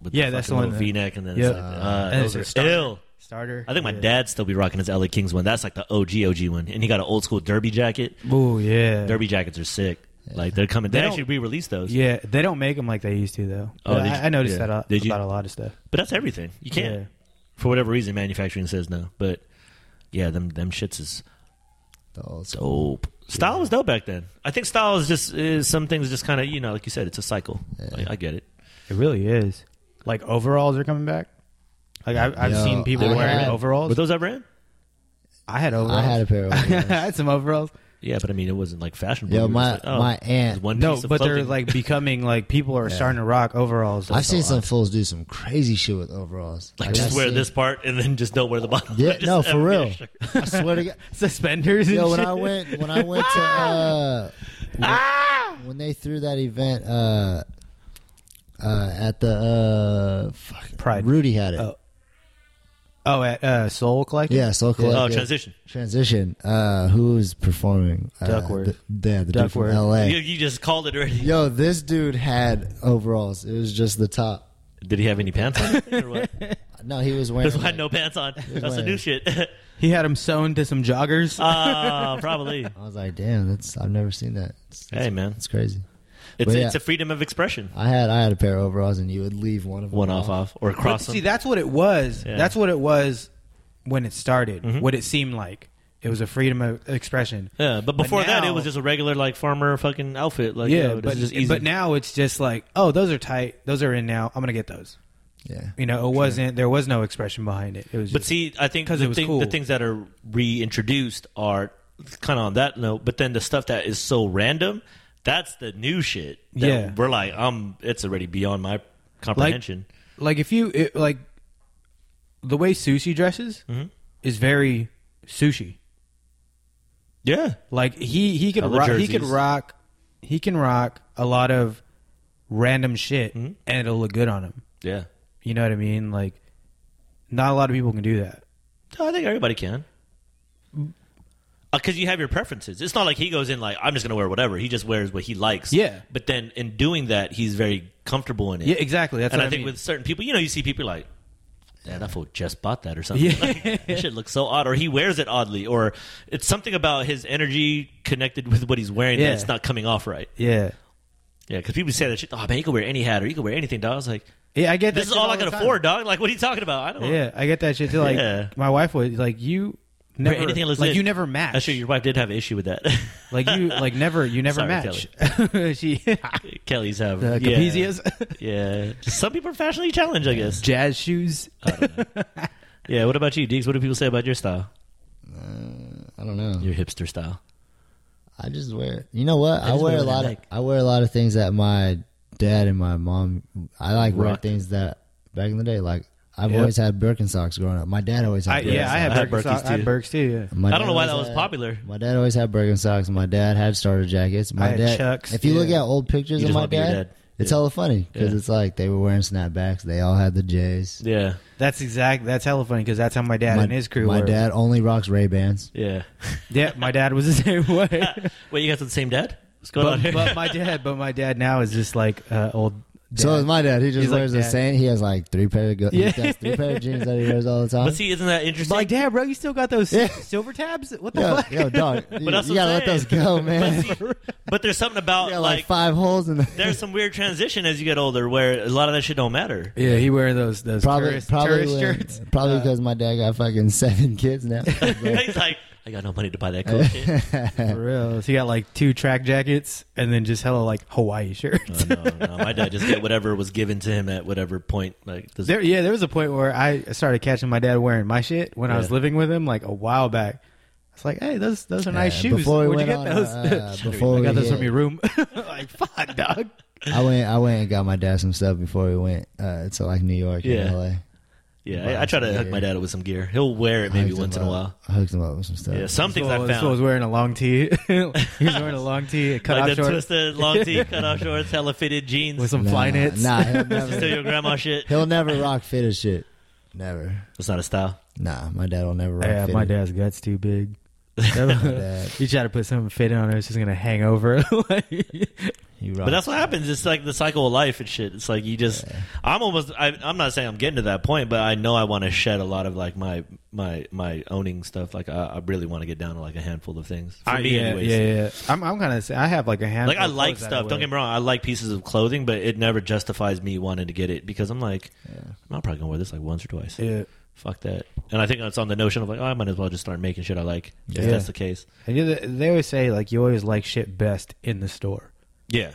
C: With
B: Yeah, that's the
C: fucking little
B: one that-
C: V-neck, and then
B: Yeah.
C: it's like, uh,
B: And
C: those
B: it's a
C: are
B: starter.
C: ill.
B: starter.
C: I think my
B: yeah.
C: dad's still be rocking his L.A. Kings one. That's like the OG OG one, and he got an old school derby jacket.
B: Oh yeah,
C: Derby jackets are sick. Like they're coming.
B: They
C: They,
B: don't-
C: actually re-released those.
B: Yeah, they don't make them like they used to though.
C: Oh,
B: Uh,
C: did you-
B: I, I noticed
C: yeah.
B: that a,
C: Did you-
B: about a lot of stuff.
C: But that's everything. You can't.
B: Yeah.
C: For whatever reason, manufacturing says no. But yeah, them them shits is
D: The old school.
C: dope. Style was dope back then. I think style is just is some things just kind of you know like you said it's a cycle. Like, I get it.
B: It really is. Like overalls are coming back. Like I've, I've
D: Yo,
B: seen people
D: I
B: wearing
D: had-
B: overalls.
C: Were those ever in?
B: I had overalls.
D: I had a pair of
B: I
D: overalls.
B: had some overalls.
C: Yeah, but I mean it wasn't like fashionable.
D: Yo,
C: It was
D: my-
C: like, oh,
D: my
C: it was
D: aunt-
C: One
B: No,
C: piece of
B: but they're
C: clothing.
B: like becoming like people are starting to rock overalls.
D: I've seen some fools do some crazy shit with overalls.
C: like just
D: I've
C: wear
D: seen-
C: this part and then just don't wear the bottom.
D: Yeah,
C: Just
D: no,
C: have
D: for
C: it be a
D: real.
C: shirt.
D: I swear to God.
B: suspenders. And
D: Yo, when
B: shit.
D: I went when I went to uh, when,
C: Ah!
D: when they threw that event uh, uh, at the uh, fuck,
B: Pride.
D: Rudy had it.
B: Oh. oh, at uh, Soul Collective.
D: Yeah, so Collective.
C: Oh, transition.
D: Transition. Uh, who's performing? Uh,
B: Duckworth.
D: th- yeah, the dude from
B: Duckworth.
C: You,
D: L.A.
C: you just called it already.
D: Yo, this dude had overalls. It was just the top.
C: Did he have any pants on? Or what?
D: No, he was wearing.
C: That's why
D: like-
C: no pants on. That's the
D: like-
C: new shit.
B: he had them sewn to some joggers.
C: uh, probably.
D: I was like, damn, that's I've never seen that. It's,
C: Hey man,
D: it's crazy.
C: It's,
D: But
C: it's
D: yeah.
C: a freedom of expression.
D: I had I had a pair of overalls, and you would leave one of them
C: One off, off, or
B: But
C: cross
B: See,
C: them.
B: that's what it was.
C: Yeah.
B: That's what it was when it started.
D: Mm-hmm.
C: Mhm.
B: What it seemed like. It was a freedom of expression.
C: Yeah, but before that, it
B: now-
C: was just a regular like farmer fucking outfit. Like,
B: yeah,
C: yo, this
B: but
C: is just easy.
B: but now it's just like, oh, those are tight. Those are in now. I'm gonna get those.
D: Yeah,
B: You know, it wasn't. There was no expression behind it. It was.
C: but
B: just,
C: see, I think
B: 'Cause it
C: the,
B: was
C: thing,
B: cool.
C: the things that are reintroduced are kind of on that note. But then the stuff that is so random, that's the new shit. that
B: Yeah.
C: we're like, um, it's already beyond my comprehension. Mm-hmm.
B: like if you it, like the way Susie dresses is very sushi.
C: Yeah.
B: Like he he could
C: Hella
B: rock, he could
C: jerseys.
B: rock he can rock a lot of random shit
C: Mm-hmm.
B: and it'll look good on him.
C: Yeah.
B: You know what I mean? Like not a lot of people can do that.
C: No, I think everybody can. Because you have your preferences. It's not like he goes in like I'm just going to wear whatever. He just wears what he likes.
B: Yeah.
C: But then in doing that, he's very comfortable in it.
B: Yeah, exactly. That's
C: and
B: what
C: I, think
B: mean.
C: with certain people, you know, you see people like, "Damn, that fool just bought that or something."
B: Yeah.
C: Like, that shit looks so odd, or he wears it oddly, or it's something about his energy connected with what he's wearing
B: Yeah.
C: that it's not coming off right.
B: yeah.
C: Yeah, because people say that shit. Oh man, you can wear any hat or you can wear anything. Dog, I was like,
B: Yeah, I get
C: "This
B: that
C: is
B: shit
C: all I
B: the
C: can
B: time.
C: afford, dog." Like, what are you talking about? I don't.
B: Yeah, I get that shit too. Like
C: Yeah.
B: my wife was like you never
C: anything that looks
B: like
C: good.
B: you never match.
C: That's true. Your wife did have an issue with that.
B: like you like never you never
C: Sorry,
B: match. she uh,
C: Kelly's have
B: the
C: yeah.
B: capezias,
C: Yeah, some people are fashionably challenged, I guess.
B: jazz shoes.
C: Yeah. What about you, Deeks? What do people say about your style,
D: Uh, I don't know.
C: your hipster style?
D: I just wear. You know what? I,
C: just
D: wear
C: wear
D: a
C: what I
D: lot of.
C: like.
D: I wear a lot of things that my dad and my mom. I like wear
C: Rocked.
D: things that back in the day. Like I've
B: Yep.
D: always had Birkenstocks growing up. My dad always
B: I,
D: had.
B: yeah, I had
D: Birkenstocks.
C: I had
B: Birkenstocks.
C: Birkis,
B: I had
C: too.
B: Birks too. Yeah.
D: My
C: I don't
D: dad
C: know why that was
D: always
B: uh,
D: had-
C: popular.
D: My dad always had Birkenstocks. My dad had starter jackets. My
B: I had
D: dad.
B: Chucks,
D: if you look
B: yeah.
D: at old pictures
C: You
D: of
C: just
D: my
C: wanna be your
D: dad,
C: dad.
D: it's
C: Yeah.
D: hella funny because
C: Yeah.
D: it's like they were wearing snapbacks. They all had the J's.
C: Yeah.
B: That's exact. That's hella funny because that's how my dad
D: my,
B: and his crew
D: my
B: were.
D: dad only rocks Ray Bans.
C: Yeah.
B: Yeah, my dad was the same way.
C: Wait, you guys are the same dad? What's going on
B: but,
C: here?
B: but my dad, but my dad now is just like uh, old. Dad.
D: So is my dad. He just
B: He's like,
D: wears the
B: "Dad."
D: same. He has like three pair of go-
B: Yeah.
D: he has three pair of jeans that he wears all the time.
C: but see, isn't that interesting?
B: like, dad, bro, you still got those
D: Yeah.
B: silver tabs? What the
D: yo,
B: fuck?
D: yo, dog, you, you
C: that's
D: gotta
C: what I'm
D: let those
C: saying.
D: go, man.
C: but, see, but there's something about
D: You got like,
C: like,
D: five holes in the
C: there's some weird transition as you get older where a lot of that shit don't matter.
B: yeah, he wearing those those
D: probably
B: tourist,
D: probably
B: tourist
D: when-
B: shirts.
D: probably
C: Uh,
D: because my dad got fucking seven kids now.
C: He's like, I got no money to buy that cool shit.
B: For real. So he got like two track jackets and then just hella like Hawaii shirts.
C: Oh, no, no, my dad just get whatever was given to him at whatever point. Like, does,
B: There, yeah, there was a point where I started catching my dad wearing my shit when I was
C: Yeah.
B: living with him, like a while back. I was like, "Hey, those those are nice
D: Yeah,
B: shoes.
D: before we
B: Where'd you
D: went
B: get
D: on,
B: those?
D: uh, before
B: I got
D: we
B: those from
D: hit-
B: your room. like, fuck, dog.
D: I went I went and got my dad some stuff before we went uh, to like New York
C: Yeah.
D: and LA.
C: yeah, I, I try to hook my dad up with some gear. He'll wear it
D: I
C: maybe
D: hooked
C: once in
D: him
C: a
D: up-
C: while.
D: I hooked him up with some stuff.
C: Yeah, some things
B: Well,
C: I
B: This fool was
C: found.
B: wearing a long tee. he was wearing a long tee, a cut
C: Like
B: off
C: the
B: shorts
C: twisted long tee, cut off shorts, hella fitted
B: with
C: jeans.
B: some
D: nah,
B: fly knits.
D: Nah, he'll
C: Still
D: never,
C: your grandma shit.
D: he'll never rock fitted shit. Never.
C: It's not a style.
D: Nah, my dad will never rock
B: yeah,
D: fitted.
B: my dad's guts too big. you try to put something fitted on it, it's just gonna hang over. like,
D: He
C: But
D: rocks.
C: that's what happens. It's like the cycle of life and shit. It's like you just. I'm almost. I, I'm not saying I'm getting to that point, but I know I want to shed a lot of like my my my owning stuff. Like I, I really want to get down to like a handful of things. For me,
B: yeah,
C: anyways.
B: yeah, yeah. I'm, I'm kind of. I have like a hand.
C: Like I like stuff. Don't get me wrong. I like pieces of clothing, but it never justifies me wanting to get it because I'm like, I'm probably gonna wear this like once or twice.
B: Yeah.
C: Fuck that. And I think it's on the notion of like, oh, I might as well just start making shit I like. If
B: Yeah.
C: that's the case.
B: And you they always say like you always like shit best in the store.
C: Yeah.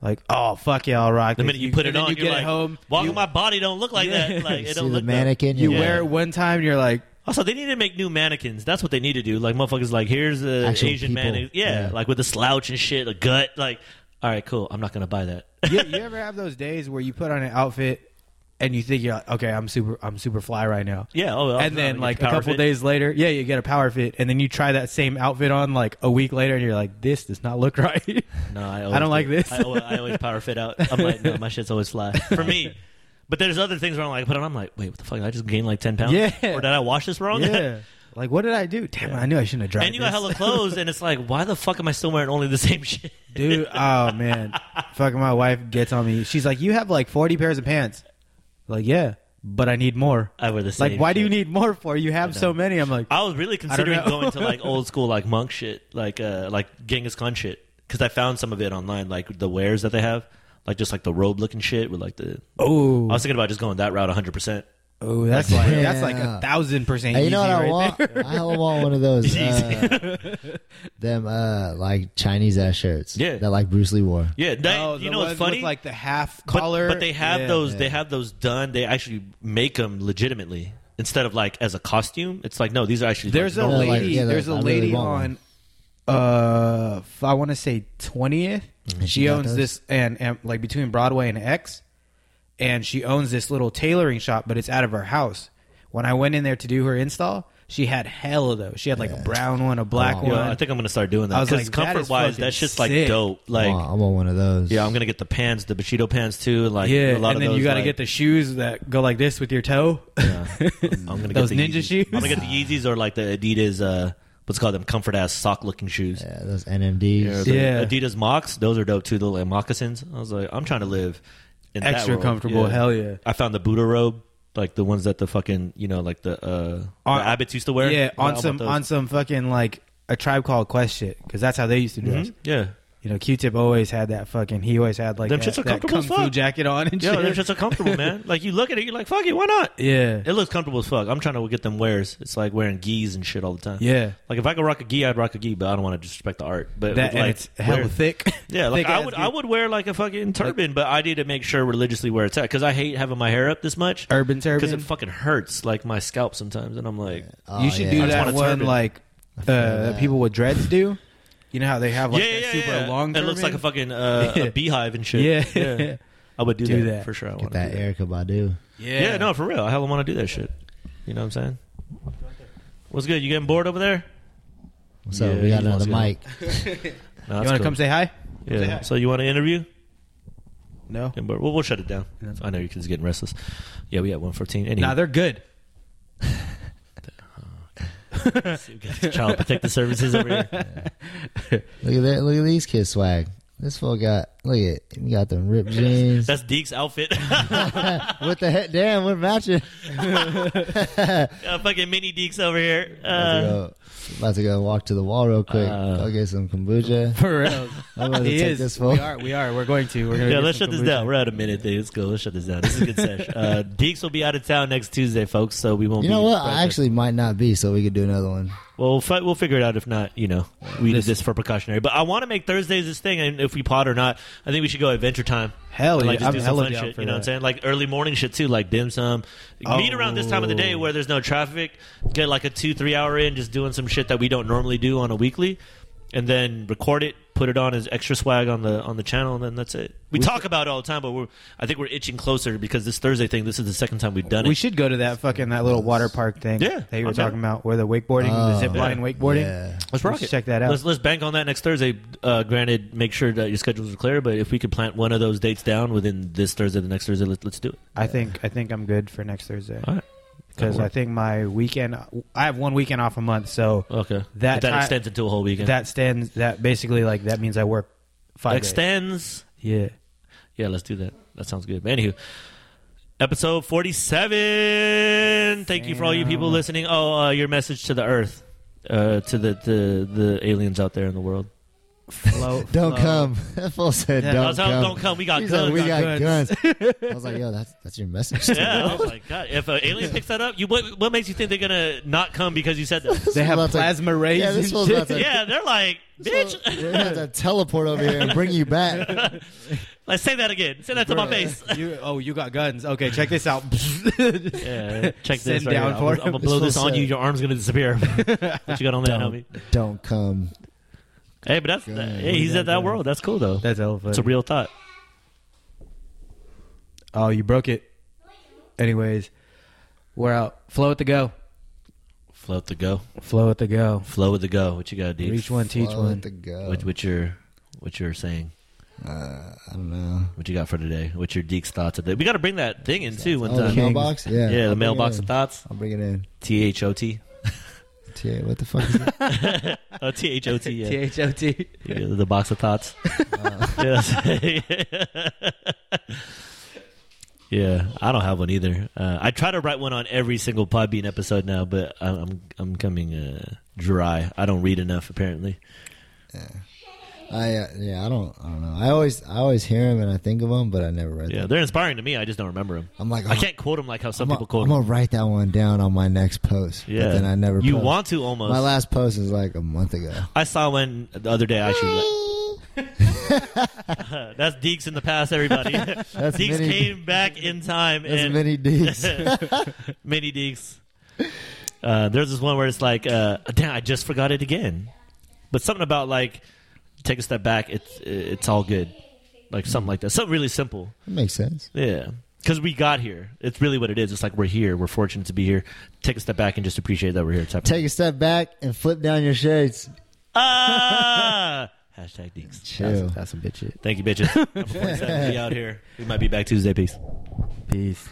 B: Like oh fuck yeah, I'll rock.
C: The
B: this.
C: minute you, put
B: and
C: it
B: then
C: on,
B: you
C: you
B: get
C: are like,
B: it home.
C: why
B: you,
C: my body don't look like
B: Yeah.
C: that? Like it
D: See
C: don't
D: the
C: look that-
D: mannequin,
B: you
D: Yeah.
B: wear it one time, and you're like,
C: Also, they need to make new mannequins. That's what they need to do. Like motherfuckers, like here's the
D: Actual
C: Asian
D: people.
C: mannequin, yeah,
D: Yeah.
C: like with a slouch and shit, a gut. Like, all right, cool. I'm not gonna buy that.
B: you, you ever have those days where you put on an outfit and you think you're like, okay, I'm super, I'm super fly right now.
C: yeah. Oh,
B: and then like a
C: power
B: couple
C: fit.
B: days later, yeah, you get a power fit, and then you try that same outfit on like a week later, and you're like, this does not look right.
C: No, I,
B: don't
C: always
B: like
C: do.
B: this.
C: I, al- I always power fit out. I'm like, no, my shit's always fly for me. But there's other things where I'm like, but I'm like, wait, what the fuck? Did I just gained like ten pounds.
B: Yeah.
C: Or did I wash this wrong?
B: yeah, like what did I do? Damn, it, I knew I shouldn't have dropped.
C: and you got
B: this.
C: hella clothes, and it's like, why the fuck am I still wearing only the same shit?
B: dude. Oh man, fucking my wife gets on me. She's like, you have like 40 pairs of pants. Like yeah, but I need more.
C: I wear the same.
B: Like why do you
C: shit.
B: need more for? You have so many. I'm like,
C: I was really considering
B: know.
C: going to like old school like monk shit, like uh like Genghis Khan shit, because I found some of it online, like the wares that they have, like just like the robe looking shit with like the.
B: oh,
C: I was thinking about just going that route, hundred percent.
B: oh, that's like
D: Yeah.
B: that's like a thousand percent.
D: Hey, you know what
B: easy
D: I
B: right
D: want?
B: there.
D: I want one of those. Uh, them uh, like Chinese ass shirts.
C: Yeah.
D: that like Bruce Lee wore.
C: Yeah, that,
B: Oh,
C: you
B: the
C: know
B: ones
C: what's
B: with,
C: funny?
B: like the half
C: But-
B: collar.
C: but, they have
B: Yeah.
C: those. They have those done. They actually make them legitimately instead of like as a costume. It's like no, these are actually like,
B: There's a
D: Yeah,
C: normal-
D: like-
B: lady.
D: yeah,
B: there's a
D: I really
B: lady
D: want
B: on.
D: one.
B: Uh, f- I want to say twentieth. She
D: she got
B: owns
D: those?
B: this and, and like between Broadway and X, and she owns this little tailoring shop, but it's out of her house. When I went in there to do her install, She had hella though. She had like a
D: Yeah.
B: brown one, a black
D: Oh,
B: one.
C: Yo, I think I'm gonna start doing
B: I
C: that
B: was
C: because
B: like, that
C: comfort
B: is
C: wise,
B: fucking
C: that shit's like
B: sick.
C: dope.
D: I
C: Like,
D: want, I want one of those.
C: yeah, I'm gonna get the pants, the Bushido pants too. Like, a
B: yeah,
C: lot
B: and
C: of
B: then
C: those,
B: you got to
C: like-
B: get the shoes that go like this with your toe.
C: Yeah. I'm gonna get
B: Those
C: the
B: ninja
C: Yeezys.
B: shoes?
C: I'm gonna get the Yeezys or like the Adidas. Uh, what's it called them comfort ass sock looking shoes.
D: Yeah, those NMDs.
C: Yeah, the
B: Yeah.
C: Adidas Mocs, those are dope too. The like, moccasins. I was like, I'm trying to live in that
B: Extra
C: world.
B: comfortable, hell yeah.
C: I found the Buddha robe, like the ones that the fucking you know, like the uh,
B: On-
C: the abbots used to wear.
B: Yeah,
C: I
B: on
C: want
B: some
C: those.
B: on some fucking like a tribe called Quest shit because that's how they used to dress.
C: Mhm,
D: Mm-hmm.
C: yeah.
B: You know, Q-Tip always had that fucking. He always had like
C: Them
B: that,
C: shits are
B: that
C: comfortable
B: kung
C: as
B: fu
C: fuck.
B: jacket on and
C: Yo,
B: shit.
C: they're just so comfortable, man. Like you look at it, you're like, fuck it, why not?
B: yeah,
C: It looks comfortable as fuck. I'm trying to get them wears. It's like wearing gees and shit all the time.
B: yeah.
C: Like if I could rock a gi, I'd rock a gi, but I don't want to disrespect the art. But
B: That
C: like,
B: and it's
C: wear-
B: hella thick.
C: Yeah, like
B: Thick
C: I
B: ass
C: would,
B: dude.
C: I would wear like a fucking turban, but I need to make sure religiously where it's at because I hate having my hair up this much
B: urban turban.
C: because it fucking hurts like my scalp sometimes, and I'm like,
D: Oh,
B: you should
D: yeah.
B: do
C: I just want a
B: that one
C: turban.
B: like uh, that people with dreads do. You know how they have like
C: yeah,
B: that
C: yeah,
B: super
C: yeah.
B: long.
C: It looks like a
B: turban?
C: fucking uh,
B: Yeah.
C: a beehive and shit.
B: Yeah.
C: I would do,
B: Do
C: that,
B: that.
C: for sure. I
D: Get
C: want
D: that Erica Badu.
C: Yeah. no, for real. I hella want to do that shit. You know what I'm saying? What's good? You getting bored over there?
D: So
C: Yeah,
D: we got
C: he wants
D: another
C: to go.
D: mic.
C: No,
B: You
C: that's
B: want to
C: cool.
B: come say hi? say
C: Yeah.
B: hi?
C: So you want to interview?
B: No.
C: Getting bored? We'll, we'll shut it down.
B: That's
C: I know your kids getting restless. Yeah, we at 114. Anyway.
B: Nah, they're good.
C: Child Protective Services over here.
D: Look at that! Look at these kids swag. This fool got look at we got them ripped jeans.
C: That's Deke's outfit.
D: what the heck? Damn, we're matching.
C: Uh, fucking mini Deeks over here.
D: About to,
C: Uh,
D: go, about to go walk to the wall real quick.
C: Uh,
D: go get some kombucha.
B: For real.
D: I'm about to
B: He
D: take
B: is.
D: this
B: we
D: phone.
B: are. We are. We're going to. We're gonna
C: yeah,
B: get
C: let's
B: some
C: shut this
B: kombucha.
C: down. We're out of minute, dude. Let's go. Let's shut this down. This is a good sesh. Uh, Deeks will be out of town next Tuesday, folks. So we won't.
D: You
C: be
D: know what?
C: present.
D: I actually might not be, so we could do another one.
C: Well, we'll, fi- we'll figure it out. If not, you know, we did this for precautionary. But I want to make Thursdays this thing, and if we pod or not, I think we should go adventure time.
B: Hell
C: And,
B: yeah,
C: like just
B: I'm
C: do some
B: hella
C: fun
B: down
C: shit.
B: for
C: You know what I'm
B: that.
C: saying? Like early morning shit too, like dim sum. Meet around this time of the day
B: Oh.
C: where there's no traffic. Get like a two three hour in, just doing some shit that we don't normally do on a weekly, and then record it, put it on as extra swag on the on the channel, and then that's it. We, talk about it all the time, but we're I think we're itching closer because this Thursday thing. This is the second time we've done
B: We
C: it.
B: should go to that fucking that little water park thing.
C: Yeah,
B: that you were
C: I'm down.
B: talking about, where the wakeboarding, the
D: Oh,
B: zip line
C: yeah.
B: wakeboarding.
D: Yeah.
C: Let's
B: We
C: rock
B: should
C: it.
B: Check that out.
C: Let's let's bank on that next Thursday. Uh, granted, make sure that your schedules are clear. But if we could plant one of those dates down within this Thursday, the next Thursday, let, let's do it.
B: I think I think I'm good for next Thursday
C: All right.
B: because I think my weekend. I have one weekend off a month, so
C: okay that
B: that
C: that
B: ti-
C: extends into a whole weekend.
B: that stands. That basically like that means I work five. days.
C: extends.
B: Yeah.
C: Yeah, let's do that. That sounds good. But anywho, episode forty-seven. Thank you for all you people
B: Damn.
C: listening. Oh, uh, your message to the Earth, uh, to the, the the aliens out there in the world.
B: Float,
D: Don't
B: float.
D: come. That fool said,
B: Uh, Yeah,
D: "Don't
C: I was like,
D: come."
C: don't come. We got
D: He's
C: guns.
D: like, we
B: got
D: got guns. I was like, "Yo, that's that's your message." to
C: Yeah, I
D: them.
C: was like, God, if an alien picks that up, you what, what makes you think they're gonna not come because you said that?
B: They have
D: About to-
B: plasma rays.
D: Yeah, this
B: and
D: fool's
B: shit.
D: about to-
C: yeah, they're like,
D: So,
C: bitch.
D: we're gonna have to teleport over here and bring you back.
C: Like, say that again. Say that to my face.
B: You, oh, you got guns. Okay, check this out.
C: Yeah, check
B: Send
C: this right
B: down
C: here. I'm,
B: for
C: I'm gonna
B: him.
C: blow
D: This
C: this on
D: will
C: you.
D: say-
C: Your arm's gonna disappear. what you got on that, homie?
D: Don't come.
C: Hey, but that's
D: God,
C: hey, he's
B: we
C: at
B: got
C: that
B: guns.
C: world. That's cool though.
B: That's elephant.
C: It's a real thought.
B: Oh, you broke it. Anyways, we're out. Flow at the go.
C: Flow with the go.
B: Flow at the go.
C: Flow with the go. What you got, dude?
B: Reach one, teach
D: Flow
B: one.
D: with the go.
C: What, what your what you're saying?
D: Uh, I don't know.
C: What you got for today? What's your Deeks thoughts today? We got to bring that thing in too one
D: Oh, the
C: time.
B: Okay.
D: mailbox. Yeah,
C: Yeah,
D: I'll
C: the
D: bring
C: mailbox
D: it in.
C: of thoughts.
D: I'll bring it in.
C: T H O T.
D: T- what the fuck is that?
C: Oh, T H O T. Yeah.
B: T H O T.
C: Yeah, the box of thoughts. yeah. yeah, I don't have one either. Uh, I try to write one on every single Podbean episode now, but I'm I'm, I'm coming uh, dry. I don't read enough apparently.
D: I uh, yeah, I don't, I don't know. I always, I always hear him and I think of him, but I never read
C: Yeah,
D: them.
C: they're inspiring to me. I just don't remember them.
D: I'm like, "Oh
C: I can't quote them like how some
D: I'm
C: people quote
D: I'm
C: them.
D: gonna write that one down on my next post.
C: Yeah,
D: but then I never.
C: You
D: post.
C: want to almost.
D: my last post is like a month ago.
C: I saw one the other day. I Actually, that's Deeks in the past. Everybody,
D: That's
C: Deeks
D: mini-
C: came back in time
D: That's
C: and
D: many D's.
C: Mini Deeks. Uh, there's this one where it's like, uh, damn, I just forgot it again. But something about like, take a step back. It's it's all good, like something like that. Something really simple.
D: makes sense.
C: Yeah. because we got here. It's really what it is. It's like we're here. We're fortunate to be here. Take a step back and just appreciate that we're here. Type of-
D: Take a step back and flip down your shades.
C: ah! Hashtag Deeks.
D: Chill.
B: That's, that's some bitch shit.
C: Thank you, bitches. Number 47, we out here. We might be back Tuesday. Peace.
B: Peace.